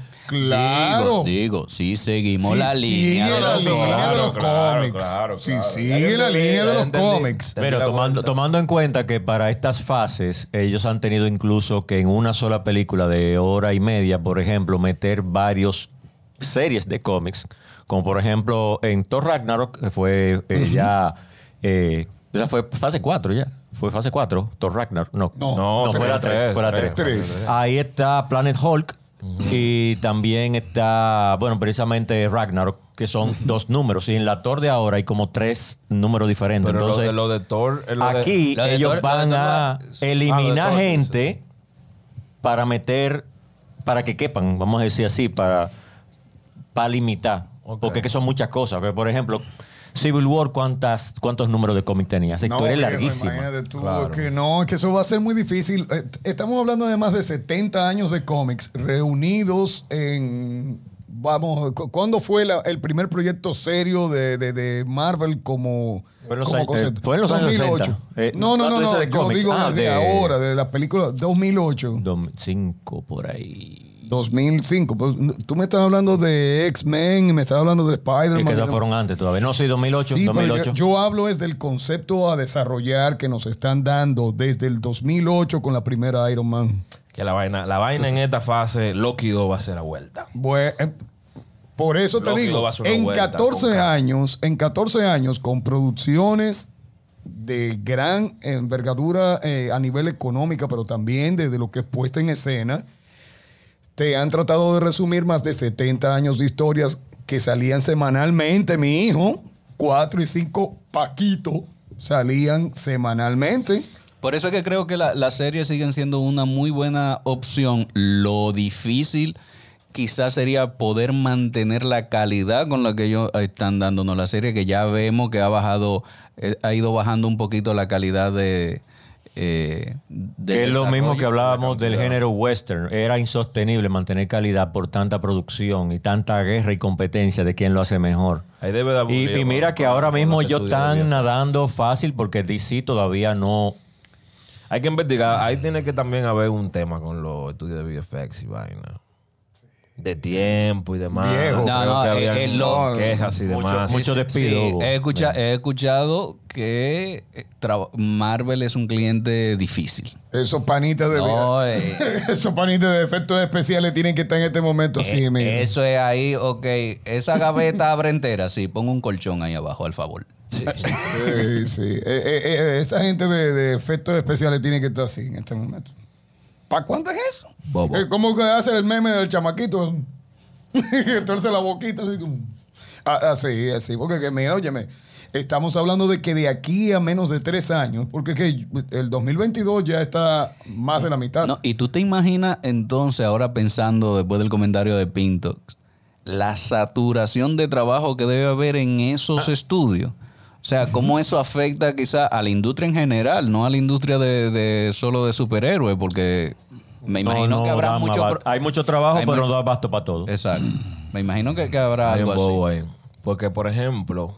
[SPEAKER 5] Digo,
[SPEAKER 3] Claro.
[SPEAKER 5] digo, sí seguimos
[SPEAKER 3] Sí,
[SPEAKER 5] la línea
[SPEAKER 3] sigue
[SPEAKER 5] de
[SPEAKER 3] la
[SPEAKER 5] los
[SPEAKER 3] línea
[SPEAKER 5] otros.
[SPEAKER 3] de los
[SPEAKER 2] claro,
[SPEAKER 3] cómics.
[SPEAKER 2] claro,
[SPEAKER 3] Sí,
[SPEAKER 2] claro. Ya
[SPEAKER 3] sigue
[SPEAKER 2] yo
[SPEAKER 3] la
[SPEAKER 2] entendí,
[SPEAKER 3] línea de
[SPEAKER 2] ya
[SPEAKER 3] los
[SPEAKER 2] entendí.
[SPEAKER 3] cómics.
[SPEAKER 2] Entendí
[SPEAKER 4] Pero
[SPEAKER 2] la
[SPEAKER 4] tomando,
[SPEAKER 2] vuelta.
[SPEAKER 4] tomando en cuenta que para estas fases ellos han tenido incluso que en una sola película de hora y media, por ejemplo, meter varios series de cómics, como por ejemplo en Thor Ragnarok, que fue eh, ya... eh, esa fue fase 4 ya. Fue fase 4, Thor Ragnarok. No,
[SPEAKER 3] No,
[SPEAKER 2] No,
[SPEAKER 4] no,
[SPEAKER 2] fue
[SPEAKER 4] fuera
[SPEAKER 2] la
[SPEAKER 4] 3.
[SPEAKER 2] tres,
[SPEAKER 4] Fuera
[SPEAKER 2] tres,
[SPEAKER 4] 3.
[SPEAKER 3] tres.
[SPEAKER 4] Ahí está Planet Hulk. Y también está, bueno, precisamente Ragnarok, que son dos números. Y en la Thor de ahora hay como tres números diferentes.
[SPEAKER 2] Pero
[SPEAKER 4] Entonces,
[SPEAKER 2] lo, de, lo de Thor. es lo de-
[SPEAKER 4] Aquí
[SPEAKER 5] lo de
[SPEAKER 4] ellos
[SPEAKER 5] Thor- lo de
[SPEAKER 4] van
[SPEAKER 5] Thor
[SPEAKER 4] a
[SPEAKER 5] va-
[SPEAKER 4] eliminar
[SPEAKER 2] Ah, lo de Thor,
[SPEAKER 4] gente para meter, para que quepan, vamos a decir así, para, para limitar.
[SPEAKER 2] Ok.
[SPEAKER 4] Porque es que son muchas cosas. Que, por ejemplo, Civil War, ¿cuántas, ¿cuántos números de cómic tenía? Esa historia es
[SPEAKER 3] viejo,
[SPEAKER 4] larguísima.
[SPEAKER 3] imagínate tú,
[SPEAKER 2] Claro.
[SPEAKER 3] es que no, es que eso va a ser muy difícil. Eh, Estamos hablando de más de 70 años de cómics reunidos en. Vamos, cu- ¿cuándo fue la- el primer proyecto serio de, de- de Marvel como,
[SPEAKER 4] Fue en los
[SPEAKER 3] como
[SPEAKER 4] años- eh, fue en los años 60. Eh,
[SPEAKER 3] no, no,
[SPEAKER 4] ah, tú
[SPEAKER 3] no,
[SPEAKER 4] dices
[SPEAKER 3] no,
[SPEAKER 4] de
[SPEAKER 3] yo
[SPEAKER 4] cómics.
[SPEAKER 3] digo
[SPEAKER 4] Ah,
[SPEAKER 3] de,
[SPEAKER 4] de-
[SPEAKER 3] ahora, de la película 2008.
[SPEAKER 4] 2005 por ahí.
[SPEAKER 3] 2005. Pues, n- tú me estás hablando de X-Men, me estás hablando de Spider-Man.
[SPEAKER 4] Es que
[SPEAKER 3] y
[SPEAKER 4] esas
[SPEAKER 3] demás.
[SPEAKER 4] fueron antes todavía. No, sí, 2008.
[SPEAKER 3] Sí, pero
[SPEAKER 4] 2008.
[SPEAKER 3] Yo, yo hablo es del concepto a desarrollar que nos están dando desde el 2008 con la primera Iron Man.
[SPEAKER 2] Que la vaina, la vaina en esta fase, Loki 2 va a ser la vuelta.
[SPEAKER 3] Bue- eh, por eso te
[SPEAKER 2] Lógico,
[SPEAKER 3] digo,
[SPEAKER 2] vas una
[SPEAKER 3] en
[SPEAKER 2] vuelta
[SPEAKER 3] 14
[SPEAKER 2] con calma.
[SPEAKER 3] años, en 14 años con producciones de gran envergadura eh, a nivel económica, pero también desde lo que es puesta en escena, te han tratado de resumir más de 70 años de historias que salían semanalmente, mi hijo, 4 y 5 Paquito salían semanalmente.
[SPEAKER 5] Por eso es que creo que la- las series siguen siendo una muy buena opción. Lo difícil quizás sería poder mantener la calidad con la que ellos están dándonos la serie, que ya vemos que ha bajado, eh, ha ido bajando un poquito la calidad de... eh, del
[SPEAKER 4] Que es lo mismo que
[SPEAKER 5] desarrollo.
[SPEAKER 4] hablábamos del género western. Era insostenible mantener calidad por tanta producción y tanta guerra y competencia de quién lo hace mejor.
[SPEAKER 2] Ahí debe de
[SPEAKER 4] Y,
[SPEAKER 2] aburrir,
[SPEAKER 4] y mira
[SPEAKER 2] bueno,
[SPEAKER 4] que
[SPEAKER 2] con-
[SPEAKER 4] ahora
[SPEAKER 2] con
[SPEAKER 4] mismo
[SPEAKER 2] ese
[SPEAKER 4] yo
[SPEAKER 2] estudio de
[SPEAKER 4] están
[SPEAKER 2] viejo.
[SPEAKER 4] nadando fácil porque DC todavía no.
[SPEAKER 2] Hay que investigar. Ahí tiene que también haber un tema con los estudios de VFX y vaina. De tiempo y demás.
[SPEAKER 3] Viejo.
[SPEAKER 5] No, no,
[SPEAKER 2] que
[SPEAKER 5] eh,
[SPEAKER 2] habrían
[SPEAKER 5] eh, lo-
[SPEAKER 2] quejas y demás.
[SPEAKER 4] mucho de- despido,
[SPEAKER 5] Sí, eh,
[SPEAKER 4] Hugo.
[SPEAKER 5] he, escucha- he escuchado que eh, tra- Marvel es un cliente difícil.
[SPEAKER 3] Esos panitas de
[SPEAKER 5] No, eh,
[SPEAKER 3] Esos panitas de efectos especiales tienen que estar en este momento así,
[SPEAKER 5] Eh,
[SPEAKER 3] mira.
[SPEAKER 5] Eso es ahí, ok. Esa gaveta abre entera, sí. Pongo un colchón ahí abajo, al favor.
[SPEAKER 3] Sí, sí. Eh, eh, eh, esa gente de, de efectos especiales tiene que estar así en este momento. ¿Para cuánto es eso?
[SPEAKER 5] Bobo.
[SPEAKER 3] Eh, ¿Cómo que hace el meme del chamaquito? Entonces la boquita así como... Ah, Así, así. Porque, que, mira, óyeme, estamos hablando de que de aquí a menos de tres años, porque es que el 2022 ya está más de la mitad.
[SPEAKER 5] No, y tú te imaginas entonces, ahora pensando después del comentario de Pinto, la saturación de trabajo que debe haber en esos estudios. O sea, cómo eso afecta quizá a la industria en general, no a la industria de, de- solo de superhéroes, porque me
[SPEAKER 4] no-
[SPEAKER 5] imagino
[SPEAKER 4] no
[SPEAKER 5] que habrá
[SPEAKER 4] dan
[SPEAKER 5] mucho...
[SPEAKER 4] abasto.
[SPEAKER 5] pro-
[SPEAKER 4] Hay mucho trabajo,
[SPEAKER 5] Hay
[SPEAKER 4] pero
[SPEAKER 5] mu-
[SPEAKER 4] no da abasto para todo.
[SPEAKER 5] Exacto. Me imagino que, que habrá
[SPEAKER 2] Hay un
[SPEAKER 5] algo así.
[SPEAKER 2] bobo ahí. Porque, por ejemplo,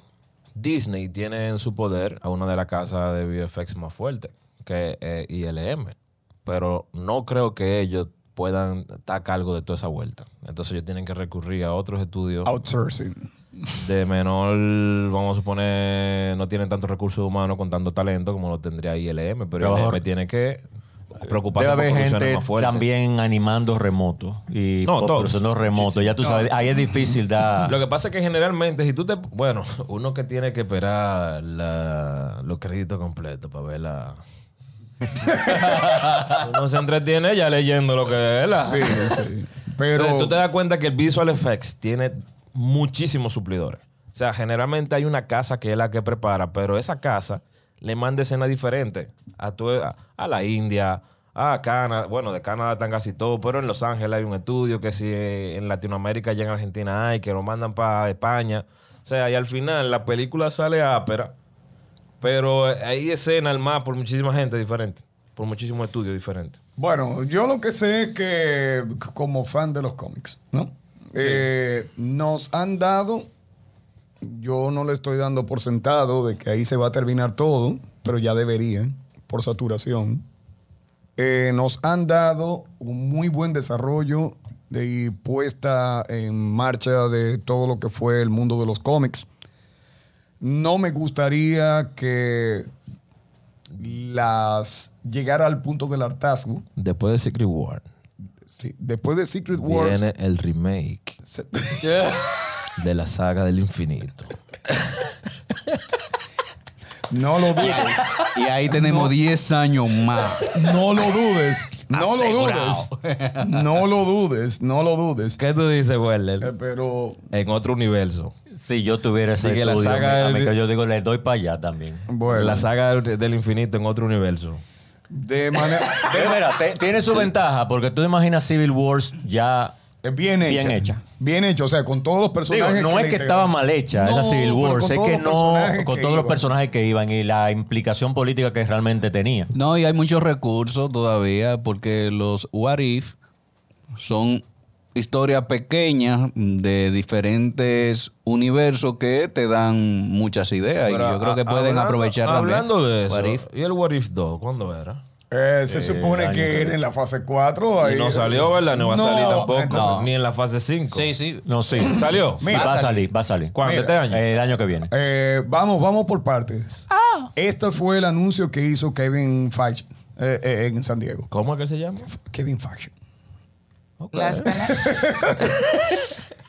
[SPEAKER 2] Disney tiene en su poder a una de las casas de VFX más fuertes, que es ILM. Pero no creo que ellos puedan estar a cargo de toda esa vuelta. Entonces ellos tienen que recurrir a otros estudios
[SPEAKER 3] Outsourcing.
[SPEAKER 2] de menor, vamos a suponer, no tienen tantos recursos humanos con tanto talento como lo tendría ILM. Pero
[SPEAKER 4] Trabajador.
[SPEAKER 2] ILM tiene que preocuparse
[SPEAKER 4] Debe
[SPEAKER 2] por
[SPEAKER 4] haber
[SPEAKER 2] producciones
[SPEAKER 4] gente
[SPEAKER 2] más fuertes.
[SPEAKER 4] también animando remoto y
[SPEAKER 2] No,
[SPEAKER 4] no,
[SPEAKER 2] todos.
[SPEAKER 4] remoto. Ya tú sabes, ahí es difícil dar.
[SPEAKER 2] Lo que pasa es que generalmente, si tú te. Bueno, uno que tiene que esperar la- los créditos completos para ver la. uno se entretiene ya leyendo lo que es la.
[SPEAKER 3] Sí, sí.
[SPEAKER 2] Ah. Entonces,
[SPEAKER 3] Pero
[SPEAKER 2] tú te das cuenta que el Visual Effects tiene muchísimos suplidores. O sea, generalmente hay una casa que es la que prepara, pero esa casa le manda escenas diferentes a, tu- a, a la India, a Canadá. Bueno, de Canadá están casi todos, pero en Los Ángeles hay un estudio que si eh, en Latinoamérica ya en Argentina hay, que lo mandan para España. O sea, y al final la película sale ápera, pero eh, hay escenas al más por muchísima gente diferente, por muchísimos estudios diferentes.
[SPEAKER 3] bueno, yo lo que sé es que c- como fan de los cómics, ¿no? Eh, nos han dado, yo no le estoy dando por sentado de que ahí se va a terminar todo, pero ya debería, por saturación. Eh, nos han dado un muy buen desarrollo de y puesta en marcha de todo lo que fue el mundo de los cómics. No me gustaría que las llegara al punto del hartazgo.
[SPEAKER 2] Después de Secret War.
[SPEAKER 3] Sí, después de Secret Wars.
[SPEAKER 2] Viene el remake
[SPEAKER 3] se-
[SPEAKER 2] de la saga del infinito.
[SPEAKER 3] no lo dudes.
[SPEAKER 5] Y ahí tenemos 10 años más.
[SPEAKER 3] No lo dudes. No lo
[SPEAKER 5] Asegurado.
[SPEAKER 3] dudes. No lo dudes. No lo dudes.
[SPEAKER 2] ¿Qué tú dices,
[SPEAKER 3] Eh,
[SPEAKER 2] Werler?
[SPEAKER 3] Pero
[SPEAKER 2] En otro universo.
[SPEAKER 4] Si yo tuviera ese
[SPEAKER 2] Sí, que la
[SPEAKER 4] estudio,
[SPEAKER 2] saga
[SPEAKER 4] me- a
[SPEAKER 2] del-
[SPEAKER 4] mí que yo digo, le doy para allá también.
[SPEAKER 3] bueno,
[SPEAKER 2] La saga del infinito en otro universo.
[SPEAKER 3] de manera
[SPEAKER 4] Pero mira, te- tiene su ventaja porque tú te imaginas Civil Wars ya.
[SPEAKER 3] es bien hecha.
[SPEAKER 4] Bien hecha.
[SPEAKER 3] Bien hecha, o sea, con todos los
[SPEAKER 4] Digo,
[SPEAKER 3] personajes.
[SPEAKER 4] no
[SPEAKER 3] le
[SPEAKER 4] es que
[SPEAKER 3] integraron.
[SPEAKER 4] estaba mal hecha
[SPEAKER 3] No,
[SPEAKER 4] esa Civil
[SPEAKER 3] pero
[SPEAKER 4] Wars,
[SPEAKER 3] con
[SPEAKER 4] es
[SPEAKER 3] todos
[SPEAKER 4] que
[SPEAKER 3] los
[SPEAKER 4] no,
[SPEAKER 3] personajes
[SPEAKER 4] con
[SPEAKER 3] que
[SPEAKER 4] todos los
[SPEAKER 3] iban.
[SPEAKER 4] personajes que iban y la implicación política que realmente tenía.
[SPEAKER 5] No, y hay muchos recursos todavía porque los What If son historias pequeñas de diferentes universos que te dan muchas ideas y yo creo que pueden aprovechar también.
[SPEAKER 2] Hablando de eso.
[SPEAKER 5] What If.
[SPEAKER 2] ¿Y el What If 2? ¿Cuándo era?
[SPEAKER 3] Eh, se supone que era en la fase 4.
[SPEAKER 2] Y no salió, ¿verdad? No va a salir tampoco.
[SPEAKER 3] entonces-
[SPEAKER 2] Ni en la fase 5.
[SPEAKER 5] Sí, sí.
[SPEAKER 4] No, sí.
[SPEAKER 2] ¿Salió?
[SPEAKER 4] Sí, va a salir, va a salir.
[SPEAKER 2] ¿Cuándo? ¿Este año?
[SPEAKER 4] El año que viene.
[SPEAKER 3] Eh, vamos, vamos por partes. Este fue el anuncio que hizo Kevin Feige eh, eh, en San Diego.
[SPEAKER 2] ¿Cómo es que se llama?
[SPEAKER 3] Kevin Feige.
[SPEAKER 2] Ok.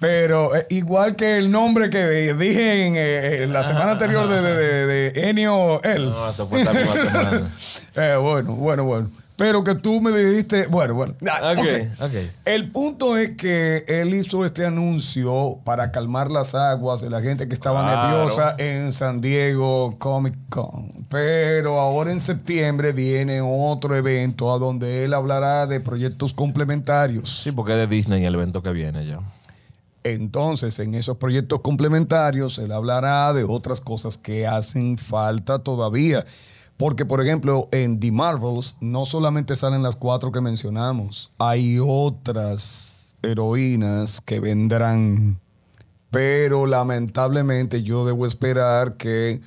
[SPEAKER 3] Pero eh, igual que el nombre que de- dije en, eh, en la semana anterior de, de, de- de Enio Elf.
[SPEAKER 2] No, eso fue esta misma semana.
[SPEAKER 3] Eh, bueno, bueno, bueno. Pero que tú me dijiste, bueno, bueno. Ah,
[SPEAKER 2] Ok,
[SPEAKER 3] ok.
[SPEAKER 2] ok.
[SPEAKER 3] El punto es que él hizo este anuncio para calmar las aguas de la gente que estaba
[SPEAKER 2] Claro.
[SPEAKER 3] nerviosa en San Diego Comic Con. Pero ahora en septiembre viene otro evento a donde él hablará de proyectos complementarios.
[SPEAKER 2] Sí, porque es de Disney el evento que viene ya.
[SPEAKER 3] Entonces, en esos proyectos complementarios, él hablará de otras cosas que hacen falta todavía. Porque, por ejemplo, en The Marvels no solamente salen las cuatro que mencionamos, hay otras heroínas que vendrán. Pero lamentablemente yo debo esperar que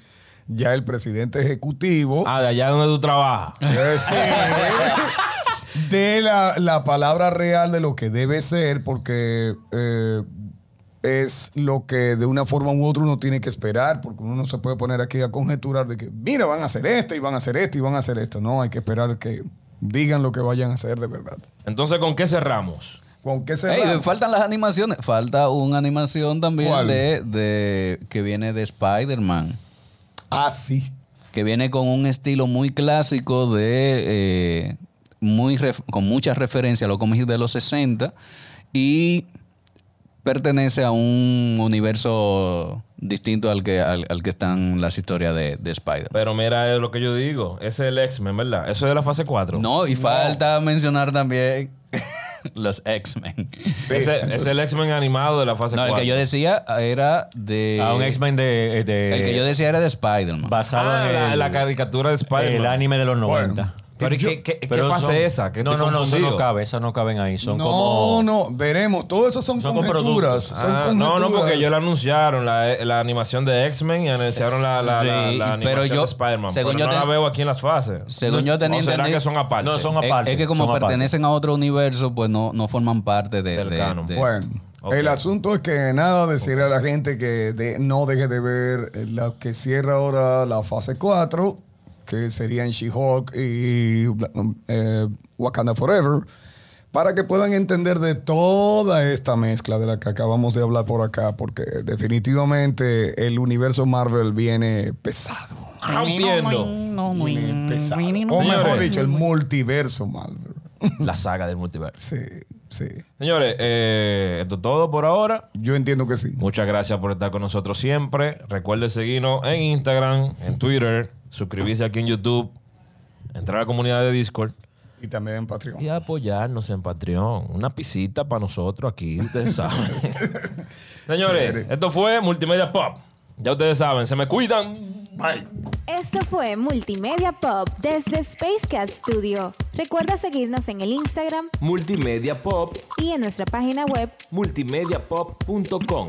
[SPEAKER 3] ya el presidente ejecutivo
[SPEAKER 2] Ah, de allá donde tú trabajas.
[SPEAKER 3] eh, sí. de la, la palabra real de lo que debe ser, porque eh, es lo que de una forma u otra uno tiene que esperar, porque uno no se puede poner aquí a conjeturar de que, mira, van a hacer esto y van a hacer esto y van a hacer esto. No, hay que esperar que digan lo que vayan a hacer de verdad.
[SPEAKER 2] Entonces, ¿con qué cerramos?
[SPEAKER 3] ¿Con qué se
[SPEAKER 5] Ey,
[SPEAKER 3] va?
[SPEAKER 5] faltan las animaciones. Falta una animación
[SPEAKER 3] ¿Cuál?
[SPEAKER 5] también de, de- que viene de Spider-Man.
[SPEAKER 3] Ah, sí.
[SPEAKER 5] que viene con un estilo muy clásico de eh, muy ref- con muchas referencias a los cómics de los 60 y pertenece a un universo distinto al que al, al que están las historias de, de Spider. man
[SPEAKER 2] Pero mira es lo que yo digo. Ese es el X-Men, ¿verdad? Eso es de la fase 4.
[SPEAKER 5] No, y falta mencionar también los X-Men.
[SPEAKER 2] Ese, ese es el X-Men animado de la fase Ah,
[SPEAKER 5] No, el
[SPEAKER 2] 4.
[SPEAKER 5] que yo decía era de
[SPEAKER 4] a Ah, un X-Men de, eh, de-
[SPEAKER 5] el que yo decía era de Spider-Man.
[SPEAKER 4] basado
[SPEAKER 2] Ah,
[SPEAKER 4] en
[SPEAKER 2] la,
[SPEAKER 4] el,
[SPEAKER 2] la caricatura de Spider-Man.
[SPEAKER 4] el anime de los
[SPEAKER 3] Bueno.
[SPEAKER 4] 90.
[SPEAKER 2] Pero ¿y
[SPEAKER 3] Yo-
[SPEAKER 2] ¿qué, qué, qué
[SPEAKER 4] Pero
[SPEAKER 2] fase
[SPEAKER 4] son-
[SPEAKER 2] esa? ¿Qué
[SPEAKER 4] no,
[SPEAKER 2] estoy
[SPEAKER 4] no, no, eso no
[SPEAKER 2] confundido?
[SPEAKER 4] cabe, esas no caben ahí. Son
[SPEAKER 3] no,
[SPEAKER 4] como.
[SPEAKER 3] no, veremos. Todo eso son,
[SPEAKER 4] Son como
[SPEAKER 3] conjeturas.
[SPEAKER 4] productos.
[SPEAKER 3] son
[SPEAKER 2] Ah, no, no,
[SPEAKER 3] conjeturas.
[SPEAKER 2] porque ellos la anunciaron, la, eh, la animación de X-Men y anunciaron la, la,
[SPEAKER 5] Sí,
[SPEAKER 2] la- la
[SPEAKER 5] pero
[SPEAKER 2] animación
[SPEAKER 5] yo-
[SPEAKER 2] de Spider-Man.
[SPEAKER 5] según
[SPEAKER 2] pero
[SPEAKER 5] yo
[SPEAKER 2] no la
[SPEAKER 5] ten-
[SPEAKER 2] veo aquí en las fases.
[SPEAKER 5] según yo tenía
[SPEAKER 2] ¿O será
[SPEAKER 5] entendido-
[SPEAKER 2] que son aparte?
[SPEAKER 4] No, son
[SPEAKER 5] Es-
[SPEAKER 4] aparte.
[SPEAKER 5] es que como
[SPEAKER 4] son aparte.
[SPEAKER 5] pertenecen a otro universo, pues no, no forman parte de-
[SPEAKER 2] Del
[SPEAKER 5] de-
[SPEAKER 2] canon.
[SPEAKER 5] de-
[SPEAKER 3] Bueno,
[SPEAKER 2] Este, Ok.
[SPEAKER 3] el asunto es que nada, decirle a la gente que de- no deje de ver eh, la que cierra ahora la fase 4, que serían She-Hulk y eh, Wakanda Forever, para que puedan entender de toda esta mezcla de la que acabamos de hablar por acá, porque definitivamente el universo Marvel viene pesado.
[SPEAKER 2] Rompiendo
[SPEAKER 3] Viene pesado. O mejor
[SPEAKER 2] Señores.
[SPEAKER 3] dicho, el multiverso Marvel.
[SPEAKER 2] la saga del multiverso.
[SPEAKER 3] Sí, sí.
[SPEAKER 2] Señores, eh, esto es todo por ahora.
[SPEAKER 3] Yo entiendo que sí.
[SPEAKER 2] Muchas gracias por estar con nosotros siempre. Recuerde seguirnos en Instagram, en Twitter, suscribirse aquí en YouTube, entrar a la comunidad de Discord
[SPEAKER 3] Y también en Patreon.
[SPEAKER 2] y apoyarnos en Patreon. Una pisita para nosotros aquí, ustedes saben. Señores, esto fue Multimedia Pop. Ya ustedes saben, se me cuidan. Bye.
[SPEAKER 1] Esto fue Multimedia Pop desde Spacecast Studio. Recuerda seguirnos en el Instagram
[SPEAKER 2] Multimedia Pop,
[SPEAKER 1] y en nuestra página web
[SPEAKER 2] multimediapop.com.